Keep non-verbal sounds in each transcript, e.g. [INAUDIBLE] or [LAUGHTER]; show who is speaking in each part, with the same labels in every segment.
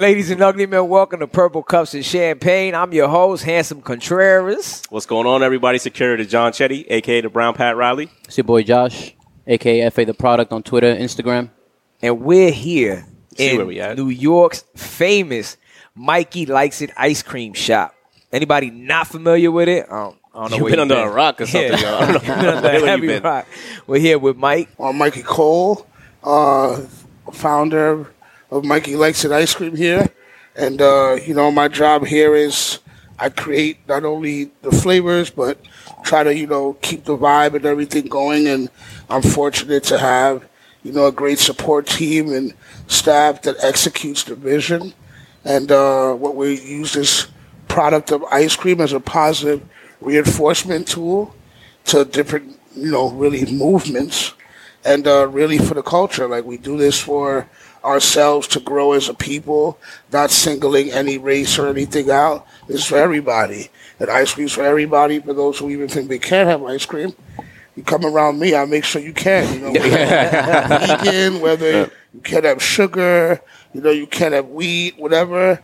Speaker 1: Ladies and ugly men, welcome to Purple Cups and Champagne. I'm your host, Handsome Contreras.
Speaker 2: What's going on, everybody? Security John Chetty, aka the Brown Pat Riley.
Speaker 3: It's your boy Josh, aka FA the product on
Speaker 4: [LAUGHS]
Speaker 3: Twitter, Instagram.
Speaker 1: And we're here
Speaker 2: See where
Speaker 1: in
Speaker 2: we at.
Speaker 1: New York's famous Mikey Likes It ice cream shop. Anybody not familiar with it? I don't, I don't know
Speaker 2: You've
Speaker 1: where
Speaker 2: been under a rock or something, yo. I don't know.
Speaker 1: [LAUGHS] You've been under
Speaker 2: Where
Speaker 1: a
Speaker 2: you
Speaker 1: heavy
Speaker 2: been?
Speaker 1: rock. We're here with Mike.
Speaker 5: uh, Mikey Cole, uh, founder of Mikey Likes It Ice Cream here. And, uh, you know, my job here is I create not only the flavors, but try to, you know, keep the vibe and everything going. And I'm fortunate to have, you know, a great support team and staff that executes the vision. And uh, what we use this product of ice cream as a positive reinforcement tool to different, you know, really movements and uh, really for the culture. Like we do this for ourselves to grow as a people, not singling any race or anything out. It's for everybody. And ice cream's for everybody. For those who even think they can't have ice cream, you come around me, I'll make sure you can. You know, whether you're vegan, whether you can't have sugar, you know, you can't have wheat, whatever.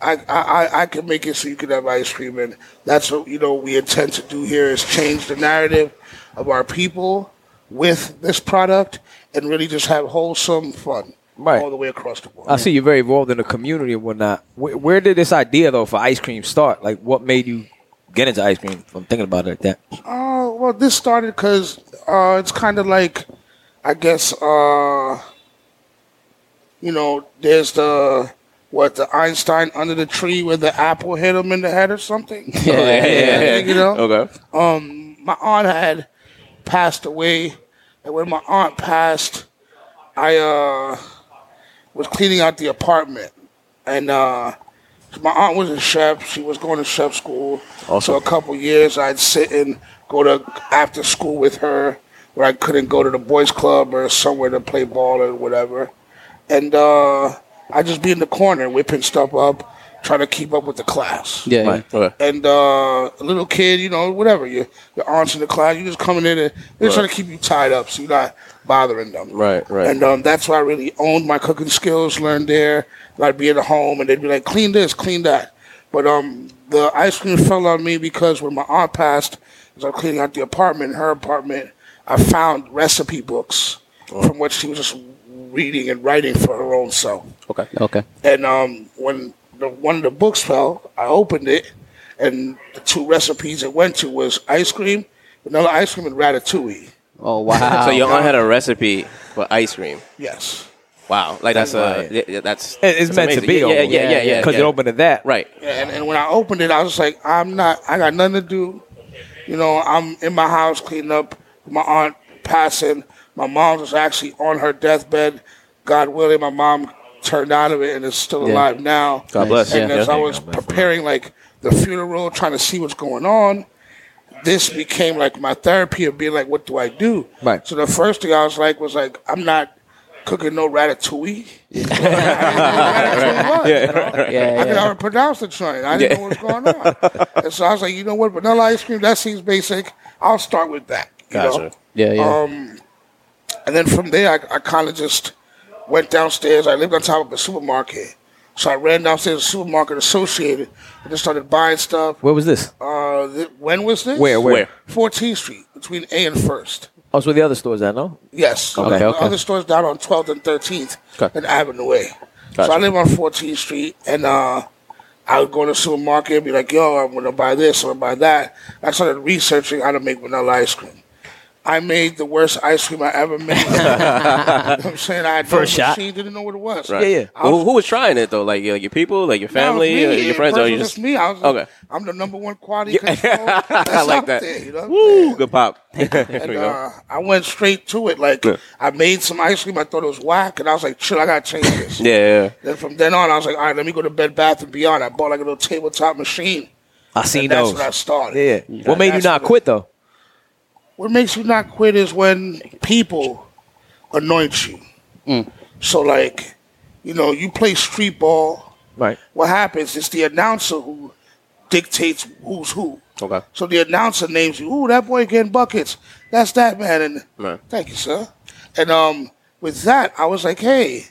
Speaker 5: I, I, I- I can make it so you can have ice cream, and that's what you know we intend to do here is change the narrative of our people with this product and really just have wholesome fun
Speaker 1: Right.
Speaker 5: all the way across the board.
Speaker 1: I see you're very involved in the community and whatnot. Where, where did this idea, though, for ice cream start? Like, what made you get into ice cream? If I'm thinking about it like that.
Speaker 5: Uh, well, this started because uh, it's kind of like, I guess, uh, you know, there's the what the Einstein under the tree where the apple hit him in the head or something.
Speaker 3: Yeah,
Speaker 5: You know?
Speaker 2: Okay.
Speaker 5: um, my aunt had passed away, and when my aunt passed, I uh, was cleaning out the apartment, and uh, my aunt was a chef. She was going to chef school. Also, a couple years, I'd sit and go to after school with her, where I couldn't go to the boys' club or somewhere to play ball or whatever, and uh, I'd just be in the corner whipping stuff up, trying to keep up with the class
Speaker 3: Yeah,
Speaker 2: Right. Okay.
Speaker 5: and uh, a little kid, you know, whatever, your, your aunts in the class, you just coming in and they're trying to keep you tied up so you're not bothering them.
Speaker 2: Right, right.
Speaker 5: And um, that's why I really owned my cooking skills, learned there. I'd be at home and they'd be like, clean this, clean that. But um, the ice cream fell on me because when my aunt passed, as I'm cleaning out the apartment, her apartment, I found recipe books
Speaker 2: Oh.
Speaker 5: from what she was just reading and writing for her own self.
Speaker 2: Okay.
Speaker 3: Okay.
Speaker 5: And um, when the, one of the books fell, I opened it, and the two recipes it went to was ice cream, vanilla ice cream, and ratatouille.
Speaker 3: Oh wow. [LAUGHS]
Speaker 4: So your aunt had a recipe for ice cream.
Speaker 5: Yes.
Speaker 4: Wow, like that's
Speaker 1: Right.
Speaker 4: a yeah, yeah, that's
Speaker 1: It- It's
Speaker 4: that's
Speaker 1: meant to
Speaker 4: amazing.
Speaker 1: be,
Speaker 4: Yeah, yeah, yeah, yeah, yeah.
Speaker 1: Because it
Speaker 4: yeah.
Speaker 1: opened to that.
Speaker 4: Right.
Speaker 5: And, and when I opened it, I was just like, I'm not, I got nothing to do. You know, I'm in my house cleaning up, my aunt passing. My mom was actually on her deathbed. God willing, my mom turned out of it and is still
Speaker 3: Yeah.
Speaker 5: alive now.
Speaker 2: God bless.
Speaker 5: And
Speaker 3: Yeah.
Speaker 5: as I was preparing like the funeral, trying to see what's going on, this became like my therapy of being like, what do I do?
Speaker 1: Right.
Speaker 5: So the first thing I was like was like, I'm not cooking
Speaker 3: [LAUGHS]
Speaker 5: no ratatouille. [LAUGHS] yeah,
Speaker 3: yeah,
Speaker 5: I could
Speaker 3: yeah.
Speaker 5: already pronounce the joint. I didn't know what was going on. and so I was like, you know what, vanilla ice cream, that seems basic. I'll start with that. You know?
Speaker 2: Gotcha.
Speaker 3: yeah, yeah.
Speaker 4: Oh,
Speaker 5: Um, And then from there, I, I kind of just went downstairs. I lived on top of a supermarket. So I ran downstairs to the supermarket associated and just started buying stuff.
Speaker 1: Where was this?
Speaker 5: Uh, th- when was this?
Speaker 1: Where, where?
Speaker 4: Where?
Speaker 5: 14th Street, between A and 1st.
Speaker 1: Oh, so the other stores I know.
Speaker 5: Yes.
Speaker 1: Okay,
Speaker 5: The
Speaker 1: okay.
Speaker 5: other stores down on 12th and 13th
Speaker 1: Okay.
Speaker 5: and Avenue A. So I
Speaker 2: Gotcha.
Speaker 5: live on 14th Street, and uh, I would go to the supermarket and be like, yo, I'm going to buy this, I'm going to buy that. I started researching how to make vanilla ice cream. I made the worst ice cream I ever made. [LAUGHS] you know what I'm saying? I had no
Speaker 1: First shot.
Speaker 5: machine, didn't know what it was.
Speaker 4: Right.
Speaker 1: yeah.
Speaker 5: I was-
Speaker 4: Who, who was trying it though? Like your, your people, like your
Speaker 5: That was
Speaker 4: family,
Speaker 5: me.
Speaker 4: or your friends,
Speaker 5: First
Speaker 4: or
Speaker 5: was
Speaker 4: you
Speaker 5: just
Speaker 4: just
Speaker 5: me. I was
Speaker 4: Okay.
Speaker 5: I'm the number one
Speaker 4: [LAUGHS]
Speaker 5: quality control. That's
Speaker 4: I like
Speaker 5: up
Speaker 4: that.
Speaker 5: There, you know what I'm saying?
Speaker 4: Woo, good pop. there we
Speaker 5: And,
Speaker 4: go.
Speaker 5: uh, I went straight to it. Like I made some ice cream. I thought it was whack, and I was like, "Chill, I gotta change this."
Speaker 4: yeah, yeah, yeah.
Speaker 5: Then from then on, I was like, "All right, let me go to Bed Bath and Beyond." I bought like a little tabletop machine.
Speaker 1: I seen
Speaker 5: And that's
Speaker 1: those.
Speaker 5: when I started.
Speaker 1: Yeah. What made you
Speaker 5: That's
Speaker 1: not
Speaker 5: what-
Speaker 1: quit though?
Speaker 5: What makes you not quit is when people anoint you.
Speaker 4: Mm.
Speaker 5: So like, you know, you play street ball.
Speaker 1: Right.
Speaker 5: What happens is the announcer who dictates who's who.
Speaker 4: Okay.
Speaker 5: So the announcer names you. Ooh, that boy getting buckets. That's that man. And
Speaker 4: Right.
Speaker 5: thank you, sir. And um, with that, I was like, hey,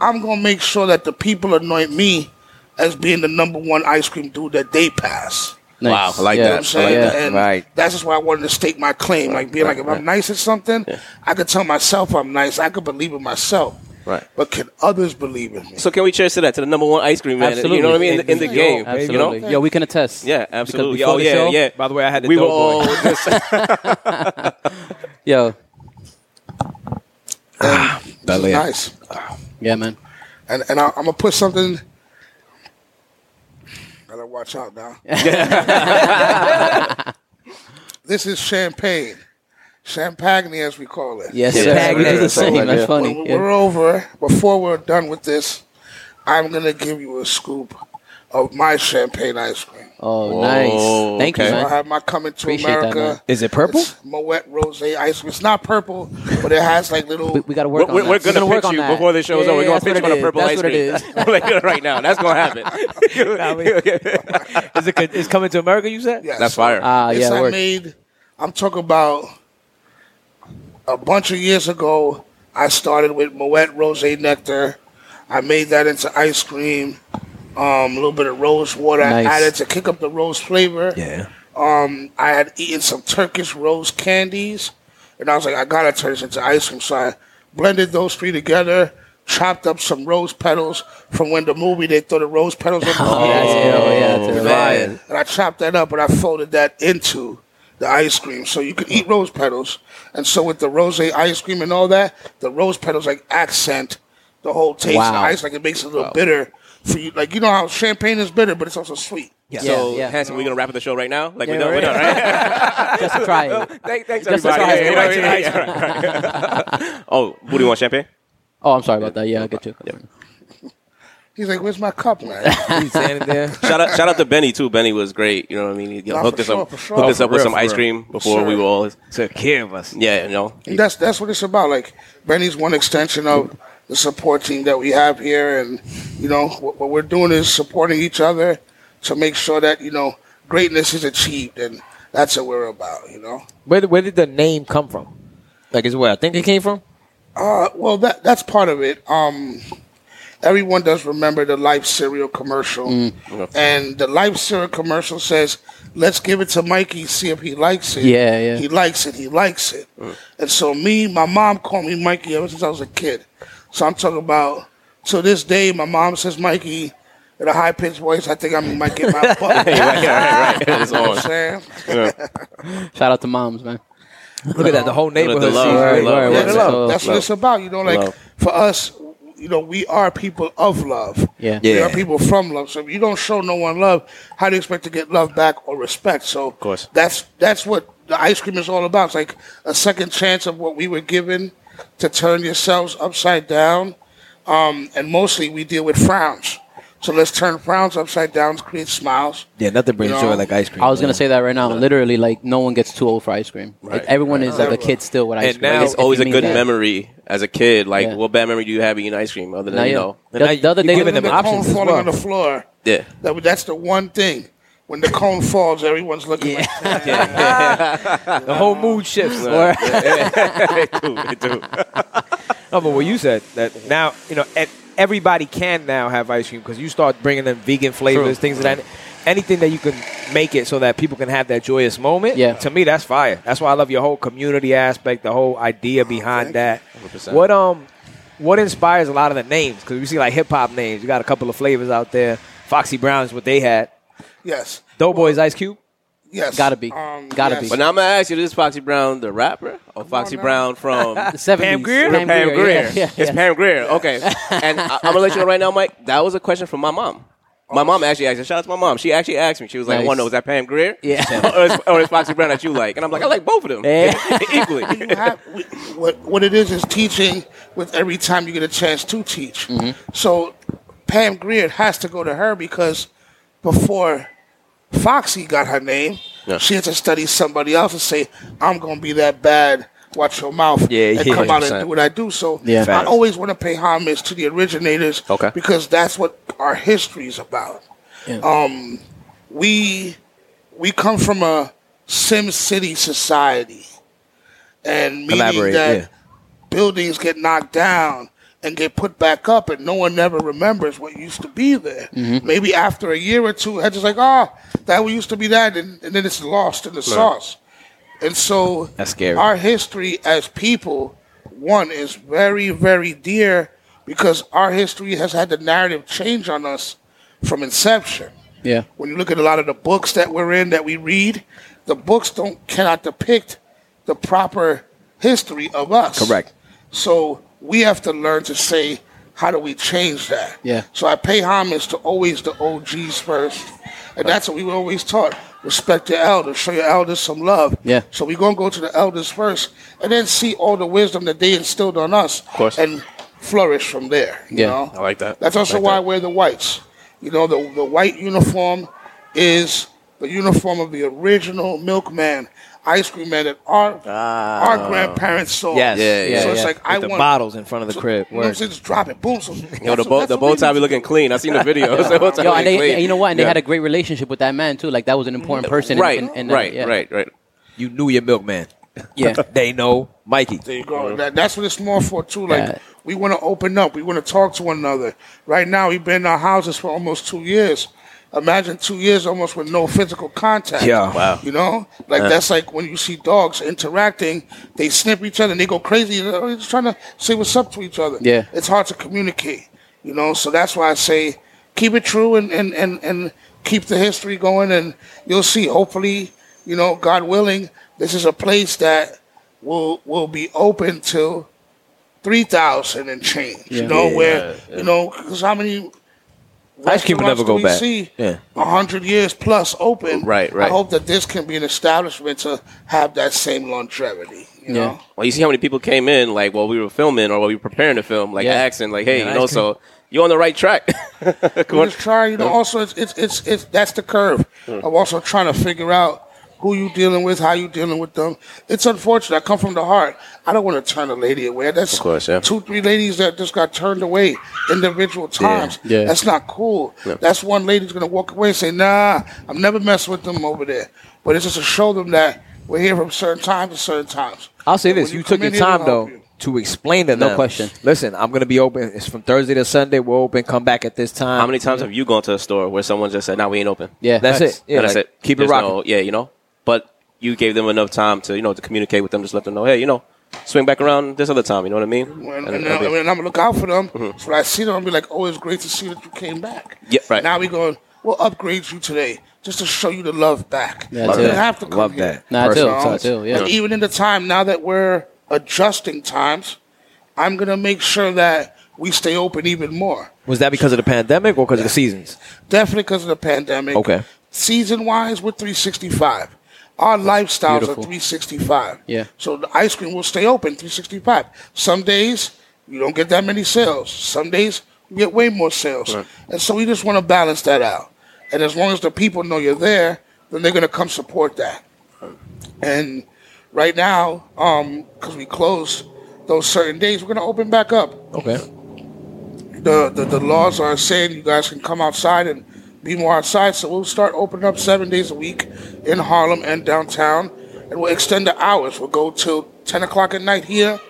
Speaker 5: I'm gonna make sure that the people anoint me as being the number one ice cream dude that they pass.
Speaker 4: Wow, I like
Speaker 5: You know what I'm
Speaker 4: that. I like
Speaker 5: saying?
Speaker 4: that.
Speaker 5: and
Speaker 1: right.
Speaker 5: that's just why I wanted to stake my claim. Like being like, if I'm nice at something, I could tell myself I'm nice. I could believe in myself.
Speaker 4: Right.
Speaker 5: But can others believe in me?
Speaker 4: So can we cheers to that? To the number one ice cream man.
Speaker 3: Absolutely.
Speaker 4: You know what I mean? In the, in the
Speaker 1: Yeah.
Speaker 4: game.
Speaker 3: Absolutely.
Speaker 4: You know?
Speaker 3: Yo, we can attest.
Speaker 4: Yeah,
Speaker 3: Because
Speaker 4: absolutely.
Speaker 3: before
Speaker 4: Oh
Speaker 3: the
Speaker 4: yeah,
Speaker 3: show-
Speaker 4: yeah.
Speaker 1: By the way, I had the
Speaker 4: We were
Speaker 1: dope
Speaker 4: all
Speaker 1: boy.
Speaker 4: just
Speaker 3: Yo,
Speaker 5: This is nice.
Speaker 3: yeah, man.
Speaker 5: And and I, I'm gonna put something. Gotta watch out
Speaker 4: [LAUGHS]
Speaker 5: now. this is champagne, champagne as we call it.
Speaker 3: Yes,
Speaker 4: Yeah,
Speaker 3: sir.
Speaker 4: that's
Speaker 3: We
Speaker 4: right.
Speaker 3: do the
Speaker 4: That's
Speaker 3: same.
Speaker 4: right.
Speaker 3: That's
Speaker 4: Yeah.
Speaker 3: funny.
Speaker 5: When
Speaker 3: Yeah.
Speaker 5: we're over, before we're done with this, I'm gonna give you a scoop of my champagne ice cream.
Speaker 3: Oh,
Speaker 4: Whoa,
Speaker 3: nice. Thank
Speaker 4: okay.
Speaker 3: you,
Speaker 5: So I
Speaker 3: man.
Speaker 5: have my coming to
Speaker 3: Appreciate that, man.
Speaker 5: America.
Speaker 1: Is it [LAUGHS] purple?
Speaker 5: It's Moet Rose ice cream. It's not purple, but it has like little.
Speaker 3: We, we got to
Speaker 4: We're,
Speaker 3: work
Speaker 4: we're,
Speaker 3: on
Speaker 4: we're
Speaker 3: that.
Speaker 4: gonna,
Speaker 3: We're work
Speaker 4: pitch
Speaker 3: on
Speaker 4: you
Speaker 3: that.
Speaker 4: before this show
Speaker 3: yeah,
Speaker 4: is over. We're
Speaker 3: yeah,
Speaker 4: gonna
Speaker 3: that's
Speaker 4: pitch you
Speaker 3: what
Speaker 4: on a
Speaker 3: it
Speaker 4: purple
Speaker 3: is.
Speaker 4: ice
Speaker 3: That's
Speaker 4: cream. [LAUGHS]
Speaker 3: what it is.
Speaker 4: like, right now, that's gonna
Speaker 3: [LAUGHS]
Speaker 4: happen.
Speaker 1: Is it? It's coming to America. You said.
Speaker 4: [LAUGHS]
Speaker 5: Yes.
Speaker 4: that's fire.
Speaker 3: Ah,
Speaker 5: Yes,
Speaker 3: yeah,
Speaker 5: I
Speaker 3: work.
Speaker 5: made. I'm talking about a bunch of years ago. I started with Moet Rose Nectar. I made that into ice cream. Um, a little bit of rose water I
Speaker 3: Nice.
Speaker 5: added to kick up the rose flavor.
Speaker 1: Yeah.
Speaker 5: Um, I had eaten some Turkish rose candies, and I was like, I gotta turn this into ice cream. So I blended those three together, chopped up some rose petals from when the movie they throw the rose petals on the
Speaker 3: Oh, that's ill. Yeah, that's ill.
Speaker 4: man.
Speaker 5: and I chopped that up and I folded that into the ice cream. So you could eat rose petals. And so with the rose ice cream and all that, the rose petals like accent the whole taste of the
Speaker 3: Wow.
Speaker 5: ice. Like it makes it a little bitter for you. Like you know how champagne is bitter, but it's also sweet.
Speaker 3: Yeah,
Speaker 4: So,
Speaker 3: yeah.
Speaker 4: Hanson, we're gonna wrap up the show right now. Like
Speaker 3: Yeah,
Speaker 4: we're done. We're
Speaker 3: right.
Speaker 4: done, right?
Speaker 3: Just to try it.
Speaker 4: Thank- Thanks,
Speaker 3: [LAUGHS] Just
Speaker 4: everybody.
Speaker 3: try it.
Speaker 4: Yeah, yeah, yeah, yeah,
Speaker 3: [LAUGHS]
Speaker 4: right. Oh, who do you want champagne?
Speaker 3: Oh, I'm sorry about that. Yeah, I get you.
Speaker 5: He's like, Where's my cup, man?
Speaker 1: You standing there.
Speaker 4: Shout out, shout out to Benny too. Benny was great. You know what I mean? He
Speaker 5: Nah,
Speaker 4: hooked
Speaker 5: for
Speaker 4: us
Speaker 5: sure,
Speaker 4: up,
Speaker 5: for sure.
Speaker 4: hooked us
Speaker 1: Oh,
Speaker 4: up
Speaker 1: for
Speaker 4: with
Speaker 1: real,
Speaker 4: some
Speaker 1: for
Speaker 4: ice
Speaker 1: real.
Speaker 4: cream before we
Speaker 5: sure.
Speaker 4: were all.
Speaker 1: Took care of us.
Speaker 4: Yeah, you [LAUGHS] know.
Speaker 5: And that's that's what it's about. Like Benny's one extension of the support team that we have here, and you know what, what we're doing is supporting each other to make sure that you know greatness is achieved, and that's what we're about. You know.
Speaker 1: Where, where did the name come from? Like, is where I think it came from.
Speaker 5: Uh, well, that that's part of it. Um, everyone does remember the Life cereal commercial,
Speaker 4: Mm.
Speaker 5: and the Life cereal commercial says, "Let's give it to Mikey, see if he likes it."
Speaker 3: Yeah, yeah.
Speaker 5: He likes it. He likes it. And so, me, my mom called me Mikey ever since I was a kid. So I'm talking about to this day. My mom says Mikey in a high pitched voice. I think I might get
Speaker 4: [LAUGHS]
Speaker 5: my butt.
Speaker 4: Yeah, right, yeah, right, right. It's
Speaker 5: You know what
Speaker 4: on.
Speaker 5: I'm saying?
Speaker 3: Shout out to moms, man.
Speaker 1: Look at that. The whole neighborhood.
Speaker 4: love,
Speaker 1: sees
Speaker 4: right,
Speaker 1: it.
Speaker 4: right,
Speaker 1: Yeah,
Speaker 4: right.
Speaker 1: the
Speaker 5: That's,
Speaker 1: love.
Speaker 3: Love,
Speaker 5: that's what
Speaker 4: love.
Speaker 5: it's about. You know, like
Speaker 4: Love.
Speaker 5: for us, you know, we are people of love.
Speaker 3: Yeah.
Speaker 5: We
Speaker 1: Yeah.
Speaker 5: are people from love. So if you don't show no one love, how do you expect to get love back or respect? So of
Speaker 4: course.
Speaker 5: that's that's what the ice cream is all about. It's like a second chance of what we were given to turn yourselves upside down. Um, and mostly we deal with frowns. So let's turn frowns upside down, create smiles.
Speaker 1: Yeah, nothing brings
Speaker 5: You
Speaker 1: joy
Speaker 5: know,
Speaker 1: like ice cream.
Speaker 3: I was
Speaker 1: man.
Speaker 3: gonna say that right now. Literally, like no one gets too old for ice cream. Like, everyone is like a kid still with ice
Speaker 1: And
Speaker 3: cream.
Speaker 1: now
Speaker 3: Like,
Speaker 4: It's
Speaker 3: if you
Speaker 4: always a
Speaker 3: mean
Speaker 4: good
Speaker 3: that.
Speaker 4: memory as a kid. Like,
Speaker 3: Yeah.
Speaker 4: what bad memory do you have eating ice cream other than
Speaker 3: Now,
Speaker 4: you
Speaker 3: yeah.
Speaker 4: know?
Speaker 3: The,
Speaker 1: Now you-
Speaker 3: the other
Speaker 1: you
Speaker 3: day,
Speaker 1: giving
Speaker 3: we-
Speaker 1: them
Speaker 5: the cone
Speaker 1: options as
Speaker 5: falling
Speaker 1: well.
Speaker 5: on the floor.
Speaker 3: [LAUGHS]
Speaker 4: Yeah.
Speaker 5: That, that's the one thing. When the cone falls, everyone's looking like
Speaker 4: [LAUGHS]
Speaker 1: the whole mood shifts.
Speaker 4: Yeah, yeah. They do, they do.
Speaker 1: No, but what you said that now you know and everybody can now have ice cream because you start bringing them vegan flavors, things of that anything that you can make it so that people can have that joyous moment.
Speaker 3: Yeah.
Speaker 1: to me that's fire. That's why I love your whole community aspect, the whole idea behind that.
Speaker 4: 100%.
Speaker 1: What um, what inspires a lot of the names? Because we see like hip hop names. You got a couple of flavors out there. Foxy Brown is what they had.
Speaker 5: Yes.
Speaker 1: Doughboys Ice Cube.
Speaker 5: Yes.
Speaker 3: Gotta be. Gotta be.
Speaker 4: But now I'm gonna ask you: This is Foxy Brown the rapper or Foxy
Speaker 5: now.
Speaker 4: Brown from
Speaker 3: [LAUGHS] the seventies.
Speaker 1: Pam Grier?
Speaker 4: Pam, Greer?
Speaker 3: Yeah, yeah,
Speaker 4: It's
Speaker 3: yeah.
Speaker 4: Pam Greer. Okay, and I, I'm gonna let you know right now, Mike. That was a question from my mom. My mom actually asked. Shout out to my mom. She actually asked me. She was like, "I
Speaker 3: Nice.
Speaker 4: want to know is that Pam Greer?
Speaker 3: Yeah.
Speaker 4: [LAUGHS] or, is, or is Foxy Brown that you like?" And I'm like, "I like both of them
Speaker 3: Yeah.
Speaker 4: [LAUGHS]
Speaker 3: [LAUGHS]
Speaker 4: equally."
Speaker 5: You have, we- [LAUGHS] what, what it is is teaching with every time you get a chance to teach. So Pam Greer has to go to her because before Foxy got her name,
Speaker 4: Yeah.
Speaker 5: she had to study somebody else and say, I'm going to be that bad. Watch your mouth
Speaker 1: Yeah,
Speaker 5: and
Speaker 1: yeah.
Speaker 5: come out and
Speaker 4: 100%.
Speaker 5: do what I do. So
Speaker 3: Yeah.
Speaker 5: I
Speaker 3: Facts.
Speaker 5: always want to pay homage to the originators
Speaker 4: Okay.
Speaker 5: because that's what our history is about. Um, we we come from a Sim City society, and meaning
Speaker 1: Elaborate,
Speaker 5: that
Speaker 1: yeah.
Speaker 5: buildings get knocked down and get put back up, and no one ever remembers what used to be there.
Speaker 1: Mm-hmm.
Speaker 5: Maybe after a year or two, it's just like, oh, that used to be that, and, and then it's lost in the sauce. And so
Speaker 1: That's scary.
Speaker 5: our history as people, one, is very, very dear because our history has had the narrative change on us from inception.
Speaker 3: Yeah.
Speaker 5: When you look at a lot of the books that we're in that we read, the books don't cannot depict the proper history of us.
Speaker 1: Correct.
Speaker 5: So we have to learn to say, how do we change that?
Speaker 3: Yeah.
Speaker 5: So I pay homage to always the OGs first. And that's what we were always taught. Respect your elders, show your elders some love.
Speaker 3: Yeah.
Speaker 5: So we're gonna go to the elders first and then see all the wisdom that they instilled on us of
Speaker 2: course.
Speaker 5: and flourish from there. You
Speaker 3: Yeah.
Speaker 5: know?
Speaker 2: I like that.
Speaker 5: That's also
Speaker 2: Like
Speaker 5: why
Speaker 2: that.
Speaker 5: I wear the whites. You know, the, the white uniform is the uniform of the original milkman, ice cream man that our our grandparents saw.
Speaker 1: Yes.
Speaker 4: Yeah, yeah,
Speaker 5: so it's
Speaker 3: yeah.
Speaker 5: like I
Speaker 1: With the
Speaker 5: want
Speaker 1: bottles in front of the crib.
Speaker 5: You know what I'm
Speaker 1: Word.
Speaker 5: saying? Just drop it.
Speaker 4: [LAUGHS]
Speaker 5: Boom. So,
Speaker 4: Yo, the bow, the bow tie be looking clean. I seen the video. [LAUGHS] The bow tie
Speaker 3: [LAUGHS] Yo,
Speaker 4: looking
Speaker 3: and they,
Speaker 4: clean.
Speaker 3: you know what? And they
Speaker 4: Yeah.
Speaker 3: had a great relationship with that man too. Like that was an important person.
Speaker 4: right,
Speaker 3: And, and,
Speaker 4: right,
Speaker 3: yeah.
Speaker 4: right, right.
Speaker 1: You knew your milkman.
Speaker 3: Yeah.
Speaker 1: [LAUGHS] They know Mikey.
Speaker 5: There you go. That, that's what it's more for too. Like
Speaker 3: Yeah.
Speaker 5: we want to open up. We want to talk to one another. Right now, we've been in our houses for almost two years. Imagine two years almost with no physical contact.
Speaker 1: Yeah.
Speaker 2: Wow.
Speaker 5: You know, like that's like when you see dogs interacting, they snip each other and they go crazy. They're just trying to say what's up to each other.
Speaker 3: Yeah.
Speaker 5: It's hard to communicate. You know, so that's why I say keep it true and and and and keep the history going, and you'll see. Hopefully, you know, God willing, this is a place that will will be open till three thousand and change. You know where you know because how many
Speaker 1: Ice cream will never
Speaker 5: restaurants do
Speaker 1: go
Speaker 5: we
Speaker 1: back.
Speaker 5: See
Speaker 1: Yeah.
Speaker 5: a hundred years plus open.
Speaker 4: Right, right.
Speaker 5: I hope that this can be an establishment to have that same longevity.
Speaker 4: [LAUGHS]
Speaker 5: You know.
Speaker 4: Well, you see how many people came in, like while we were filming or while we were preparing to film, like
Speaker 3: Yeah.
Speaker 4: asking, like, "Hey,
Speaker 3: Yeah,
Speaker 4: you know,
Speaker 3: ice cream.
Speaker 4: so you're on the right track." [LAUGHS]
Speaker 5: We're just trying, you know. Also, it's it's it's, it's that's the curve. I'm also trying to figure out who you dealing with, how you dealing with them. It's unfortunate. I come from the heart. I don't want to turn a lady away. That's of
Speaker 4: course, yeah.
Speaker 5: two, three ladies that just got turned away individual times.
Speaker 3: yeah.
Speaker 5: That's not cool. That's one lady's gonna walk away and say, "Nah, I'm never messing with them over there." But it's just to show them that we're here from certain times to certain times.
Speaker 1: I'll say
Speaker 5: And
Speaker 1: this:
Speaker 5: when
Speaker 1: you, took
Speaker 5: come
Speaker 1: your
Speaker 5: in here, we'll
Speaker 1: time though
Speaker 5: help you.
Speaker 1: to explain to
Speaker 3: No
Speaker 1: them.
Speaker 3: question.
Speaker 1: Listen, I'm gonna be open. It's from Thursday to Sunday. We're open. Come back at this time.
Speaker 4: how many times have you gone to a store where someone just said, "No, we ain't open."
Speaker 3: Yeah.
Speaker 1: That's it. Yeah,
Speaker 4: And that's
Speaker 1: like,
Speaker 4: it.
Speaker 1: Keep it
Speaker 4: There's
Speaker 1: rocking.
Speaker 4: no- yeah, you know. But you gave them enough time to, you know, to communicate with them, just let them know, "Hey, you know, swing back around this other time." You know what I mean?
Speaker 5: And,
Speaker 4: And
Speaker 5: and,
Speaker 4: it'll
Speaker 5: I,
Speaker 4: be- Mm-hmm.
Speaker 5: and I'm gonna look out for them. So when I see them, I'll be like, "Oh, it's great to see that you came back."
Speaker 4: Yeah, right.
Speaker 5: Now we going. We'll upgrade you today just to show you the love back.
Speaker 3: Yeah,
Speaker 5: you
Speaker 3: too.
Speaker 5: didn't have to come
Speaker 1: Love
Speaker 5: here.
Speaker 1: that.
Speaker 3: Nah,
Speaker 1: Personal
Speaker 3: too,
Speaker 1: touch.
Speaker 3: too, yeah.
Speaker 5: And even in the time now that we're adjusting times, I'm gonna make sure that we stay open even more.
Speaker 1: Was that because of the pandemic or because of the seasons?
Speaker 5: Definitely because of the pandemic.
Speaker 1: Okay.
Speaker 5: Season wise, we're 365. Our lifestyles
Speaker 3: beautiful.
Speaker 5: are 365.
Speaker 3: Yeah.
Speaker 5: So the ice cream will stay open 365. Some days you don't get that many sales. Some days you get way more sales. And so we just want to balance that out. And as long as the people know you're there, then they're going to come support that. And right now, because we close those certain days, we're going to open back up
Speaker 1: Okay.
Speaker 5: the, the, the laws are saying you guys can come outside and be more outside. So we'll start opening up seven days a week in Harlem and downtown. And we'll extend the hours. We'll go till 10 o'clock at night here,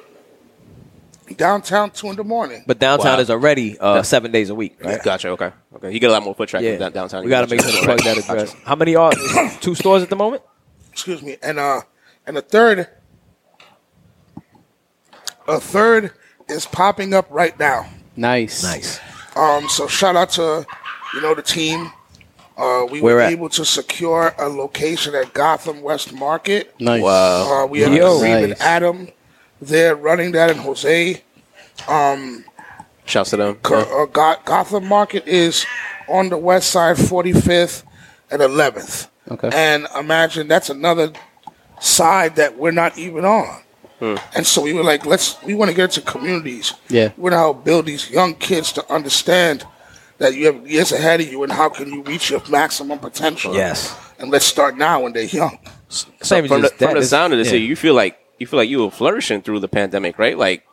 Speaker 5: downtown 2 in the morning.
Speaker 1: But downtown
Speaker 4: Wow.
Speaker 1: is already uh, seven days a week. Right?
Speaker 4: Gotcha. Okay. Okay. You get a lot more foot traffic
Speaker 1: Yeah.
Speaker 4: down- downtown.
Speaker 1: We got to make sure to plug that address. How many are [COUGHS] two stores at the moment?
Speaker 5: excuse me, and uh, and a third, a third is popping up right now.
Speaker 3: Nice.
Speaker 1: Nice.
Speaker 5: Um, so shout out to, you know, the team. Uh, we
Speaker 1: Where
Speaker 5: were
Speaker 1: at?
Speaker 5: able to secure a location at Gotham West Market.
Speaker 3: Nice.
Speaker 5: Uh, we have
Speaker 1: Yo.
Speaker 5: Reeb and
Speaker 3: Nice.
Speaker 5: Adam. They're running that, and Jose.
Speaker 4: Shouts to them.
Speaker 5: Co- uh, Go- Gotham Market is on the west side, 45th and 11th.
Speaker 3: Okay.
Speaker 5: And imagine that's another side that we're not even on. And so we were like, let's. We want to get to communities.
Speaker 3: Yeah.
Speaker 5: We want to help build these young kids to understand that you have years ahead of you, and how can you reach your maximum potential?
Speaker 1: Yes.
Speaker 5: And let's start now when they're young.
Speaker 1: Same as
Speaker 4: from the,
Speaker 1: just that.
Speaker 4: from the
Speaker 1: It's-
Speaker 4: sound of this,
Speaker 1: yeah.
Speaker 4: you feel like you feel like you were flourishing through the pandemic, right? Like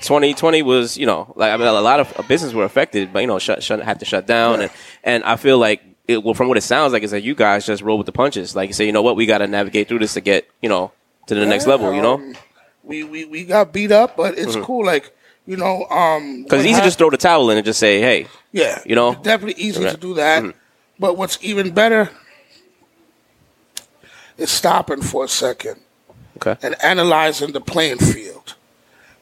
Speaker 4: 2020 was, you know, like I mean, a lot of businesses were affected, but you know, shut, shut had to shut down, and and I feel like it, well, from what it sounds like, is that you guys just roll with the punches. Like you say, you know what, we got to navigate through this to get, you know, to the next level. You know,
Speaker 5: Um, we, we we got beat up, but it's cool. Like You know, um,
Speaker 4: Because it's easy to just throw the towel in and just say, hey,
Speaker 5: Yeah,
Speaker 4: you know? Mm-hmm.
Speaker 5: it's definitely easy to
Speaker 4: Right.
Speaker 5: do that. But what's even better is stopping for a second
Speaker 1: [LAUGHS]
Speaker 4: Okay.
Speaker 5: and analyzing the playing field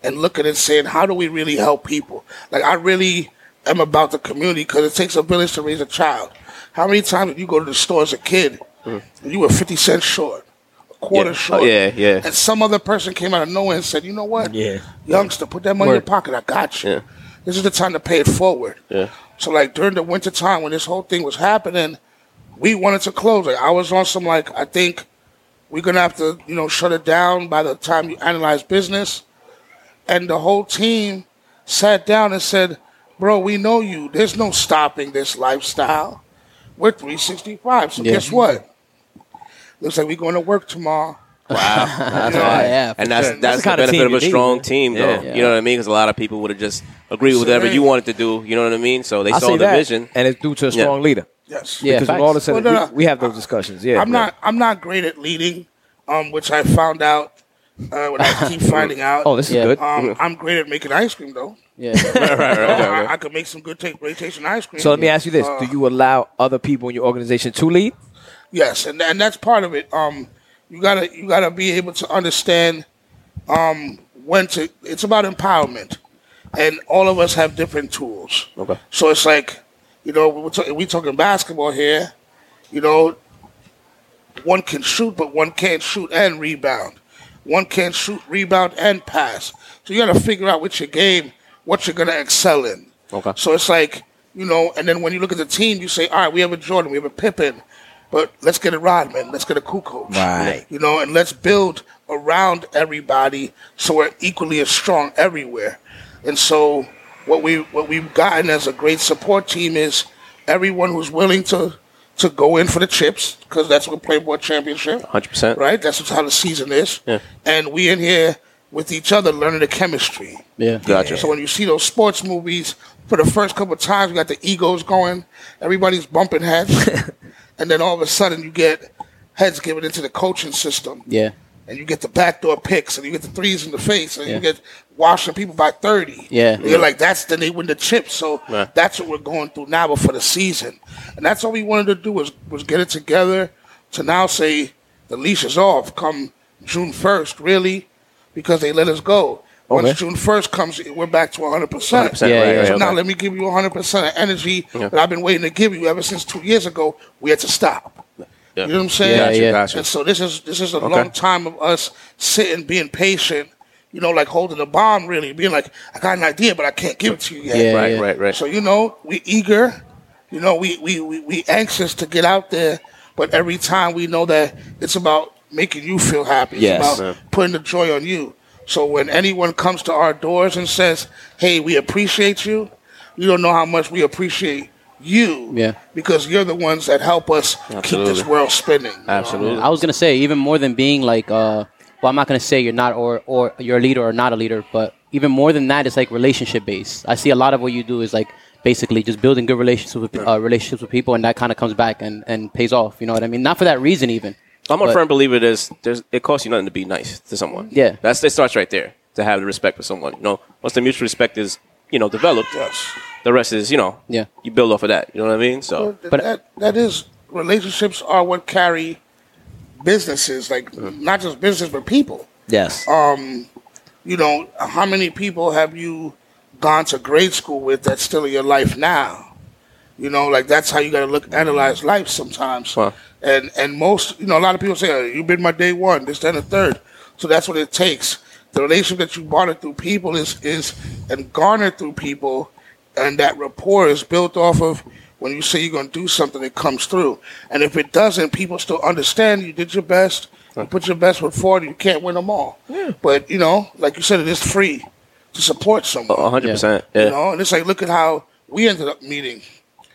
Speaker 5: and looking and saying, how do we really help people? Like, I really am about the community because it takes a village to raise a child. How many times did you go to the store as a kid and you were 50 cents short, a quarter
Speaker 4: Yeah. Oh,
Speaker 5: short?
Speaker 4: yeah, yeah.
Speaker 5: And some other person came out of nowhere and said, you know what?
Speaker 1: Yeah.
Speaker 5: Youngster, put that money in your
Speaker 3: Word.
Speaker 5: pocket. I got you.
Speaker 4: Yeah.
Speaker 5: This is the time to pay it forward.
Speaker 4: Yeah.
Speaker 5: So like during the winter time when this whole thing was happening, we wanted to close. Like I was on some like I think we're gonna have to you know shut it down by the time you analyze business, and the whole team sat down and said, "Bro, we know you. There's no stopping this lifestyle. We're 365. So
Speaker 3: Yeah.
Speaker 5: guess what? Looks like we're going to work tomorrow.
Speaker 4: That's
Speaker 5: Yeah,
Speaker 4: why.
Speaker 3: yeah, for
Speaker 4: and that's
Speaker 3: sure.
Speaker 4: that's,
Speaker 1: That's the
Speaker 4: the,
Speaker 1: kind of
Speaker 4: benefit
Speaker 1: team
Speaker 4: of a
Speaker 1: you need,
Speaker 4: strong
Speaker 1: man.
Speaker 4: team, though.
Speaker 1: Yeah.
Speaker 4: You know what I mean? Because a lot of people would have just agreed with whatever
Speaker 5: Sure.
Speaker 4: you wanted to do. You know what I mean? So they
Speaker 1: I
Speaker 4: saw
Speaker 1: say
Speaker 4: the
Speaker 1: that,
Speaker 4: vision.
Speaker 1: and it's due to a strong leader.
Speaker 5: Yes.
Speaker 3: Yeah,
Speaker 1: because
Speaker 3: facts.
Speaker 1: when all of a sudden
Speaker 5: Well, no, no.
Speaker 1: we, we have those discussions. Yeah,
Speaker 5: I'm not. I'm not great at leading, um, which I found out uh, when
Speaker 1: [LAUGHS]
Speaker 5: I keep finding out.
Speaker 1: Oh, this is
Speaker 3: Yeah.
Speaker 1: good.
Speaker 5: Um, I'm great at making ice cream though.
Speaker 3: Yeah.
Speaker 4: right, right, right, right,
Speaker 5: [LAUGHS] I,
Speaker 4: right.
Speaker 5: I could make some good take great tasting ice cream. Uh,
Speaker 1: so let me ask you this: Do you allow other people in your organization to lead?
Speaker 5: Yes, and and that's part of it. Um, you gotta you gotta be able to understand um when to. It's about empowerment, and all of us have different tools.
Speaker 4: Okay.
Speaker 5: So it's like, you know, we're, talk- we talking basketball here. You know, one can shoot, but one can't shoot and rebound. One can't shoot, rebound, and pass. So you got to figure out with your game what you're going to excel in.
Speaker 4: Okay.
Speaker 5: So it's like, you know, and then when you look at the team, you say, all right, we have a Jordan, we have a Pippen, but let's get a Rodman, let's get a Kukoc.
Speaker 1: Right.
Speaker 5: You know, and let's build around everybody so we're equally as strong everywhere. And so what we what we've gotten as a great support team is everyone who's willing to to go in for the chips because that's what Playboy Championship.
Speaker 4: 100%.
Speaker 5: Right. That's how the season is.
Speaker 4: Yeah.
Speaker 5: And we in here with each other learning the chemistry.
Speaker 3: yeah.
Speaker 4: Gotcha.
Speaker 5: So when you see those sports movies, for the first couple of times, you got the egos going, everybody's bumping heads,
Speaker 3: [LAUGHS]
Speaker 5: and then all of a sudden you get heads given into the coaching system,
Speaker 3: Yeah.
Speaker 5: and you get the backdoor picks, and you get the threes in the face, and
Speaker 3: Yeah.
Speaker 5: you get washing people by thirty.
Speaker 3: Yeah.
Speaker 5: And you're like that's then they win the chip. So
Speaker 4: Yeah.
Speaker 5: that's what we're going through now, but for the season, and that's all we wanted to do was was get it together to now say the leash is off come June first, really, because they let us go. Once
Speaker 1: Okay.
Speaker 5: June first comes, we're back to 100 percent.
Speaker 4: 100%,
Speaker 3: Yeah,
Speaker 4: right,
Speaker 3: yeah,
Speaker 4: right,
Speaker 3: yeah.
Speaker 5: So now
Speaker 4: okay.
Speaker 5: let me give you 100 percent of energy
Speaker 4: Yeah.
Speaker 5: that I've been waiting to give you ever since two years ago. We had to stop.
Speaker 4: Yeah.
Speaker 5: You know what I'm saying?
Speaker 3: Yeah, Gotcha, yeah.
Speaker 4: gotcha.
Speaker 5: And so this is this is a long time of us sitting, being patient. You know, like holding a bomb, really, being like, I got an idea, but I can't give it to you yet.
Speaker 3: Yeah,
Speaker 4: Right, right, right.
Speaker 5: So you know, we eager, you know, we we we, we anxious to get out there, but every time we know that it's about making you feel happy. It's
Speaker 1: Yes.
Speaker 5: about putting the joy on you. So when anyone comes to our doors and says, "Hey, we appreciate you," you don't know how much we appreciate you.
Speaker 3: Yeah.
Speaker 5: Because you're the ones that help us keep
Speaker 4: Absolutely.
Speaker 5: this world spinning. you know?
Speaker 4: Absolutely.
Speaker 3: I was gonna say even more than being like, uh, well, I'm not gonna say you're not or or you're a leader or not a leader, but even more than that, it's like relationship based. I see a lot of what you do is like basically just building good relationships with uh, relationships with people, and that kind of comes back and and pays off. You know what I mean? Not for that reason, even.
Speaker 4: I'm a
Speaker 3: But-
Speaker 4: firm believer there's, there's it costs you nothing to be nice to someone.
Speaker 3: Yeah.
Speaker 4: That's it starts right there to have the respect for someone. You know, once the mutual respect is, you know, developed,
Speaker 5: Yes.
Speaker 4: the rest is, you know,
Speaker 3: Yeah.
Speaker 4: you build off of that. You know what I mean? So
Speaker 3: But-
Speaker 5: but that, that is relationships are what carry businesses, like not just business but people.
Speaker 1: Yes.
Speaker 5: You know, how many people have you gone to grade school with that's still in your life now? You know, like that's how you gotta look analyze life sometimes.
Speaker 4: Wow.
Speaker 5: And and most you know, a lot of people say, oh, you've been my day one, this, that, and the third. So that's what it takes. The relationship that you garner through people is is and garner through people and that rapport is built off of when you say you're going to do something, it comes through. And if it doesn't, people still understand you did your best, you put your best foot forward, you can't win them all. But, you know, like you said, it is free to support someone.
Speaker 4: hundred percent.
Speaker 5: You
Speaker 4: Yeah.
Speaker 5: know, and it's like, look at how we ended up meeting.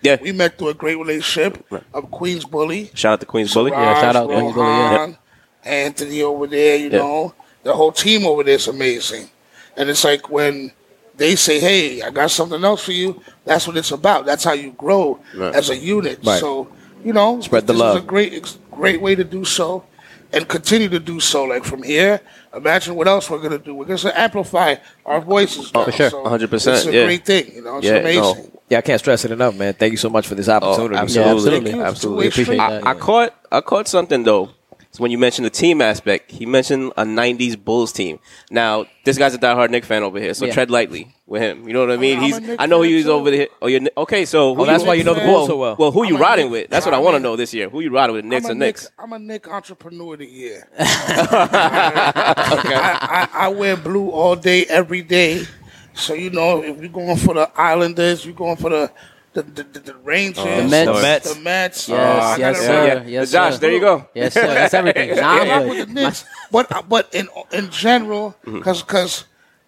Speaker 4: Yeah.
Speaker 5: We met through a great relationship
Speaker 4: Right.
Speaker 5: of Queens Bully.
Speaker 4: Shout out to Queens Bully.
Speaker 5: Raj,
Speaker 3: Yeah, shout out Queens Bully, yeah.
Speaker 5: Rohan, Anthony over there, you
Speaker 4: Yeah.
Speaker 5: know. The whole team over there is amazing. And it's like when they say, hey, I got something else for you, that's what it's about. That's how you grow
Speaker 4: Right.
Speaker 5: as a unit.
Speaker 1: Right.
Speaker 5: So, you know,
Speaker 1: Spread the
Speaker 5: this
Speaker 1: love.
Speaker 5: is a great, ex- great way to do so. and continue to do so. Like from here, imagine what else we're going to do. We're going to amplify our voices.
Speaker 4: Oh,
Speaker 5: now.
Speaker 4: for sure.
Speaker 5: So
Speaker 4: 100%,
Speaker 5: It's a
Speaker 4: yeah.
Speaker 5: great thing. You know, it's
Speaker 4: Yeah,
Speaker 5: amazing.
Speaker 4: no.
Speaker 1: Yeah, I can't stress it enough, man. Thank you so much for this
Speaker 4: Oh,
Speaker 1: opportunity.
Speaker 4: absolutely, absolutely.
Speaker 3: absolutely.
Speaker 5: Thank you. Two-way
Speaker 3: appreciate
Speaker 5: street.
Speaker 4: I, I caught I caught something though. It's when you mentioned the team aspect. He mentioned a '90s Bulls team. Now this guy's a diehard Knicks fan over here, so
Speaker 3: Yeah.
Speaker 4: tread lightly with him. You know what I mean?
Speaker 5: I'm a
Speaker 4: He's
Speaker 5: Knicks
Speaker 4: I know he
Speaker 5: fan,
Speaker 4: was
Speaker 5: too.
Speaker 4: over there. Oh, you're, Kni- okay. So who
Speaker 1: that's why you know the Bulls
Speaker 4: well,
Speaker 1: so well.
Speaker 4: Well, who you
Speaker 5: I'm a
Speaker 4: riding
Speaker 5: Knicks
Speaker 4: with? That's what I
Speaker 5: fan.
Speaker 4: want to know this year. Who you riding with? Knicks
Speaker 5: I'm
Speaker 4: or
Speaker 5: a
Speaker 4: Knicks?
Speaker 5: Nick, I'm a Nick entrepreneur of
Speaker 3: [LAUGHS]
Speaker 5: the year. I, I, I wear blue all day, every day. So you know, if you're going for the Islanders, you're going for the the, the, the, the Rangers,
Speaker 3: The Mets.
Speaker 1: The Mets.
Speaker 5: the Mets.
Speaker 3: Oh, Yes,
Speaker 5: I
Speaker 3: yes,
Speaker 5: gotta
Speaker 3: sir.
Speaker 5: rock-
Speaker 4: Yeah.
Speaker 3: Yes,
Speaker 4: Josh,
Speaker 3: sir.
Speaker 4: there you go.
Speaker 3: Yes, sir. That's uh, everything. Nah,
Speaker 5: I
Speaker 3: I'm
Speaker 5: rock with
Speaker 3: good.
Speaker 5: the Knicks, but uh, but in in general, because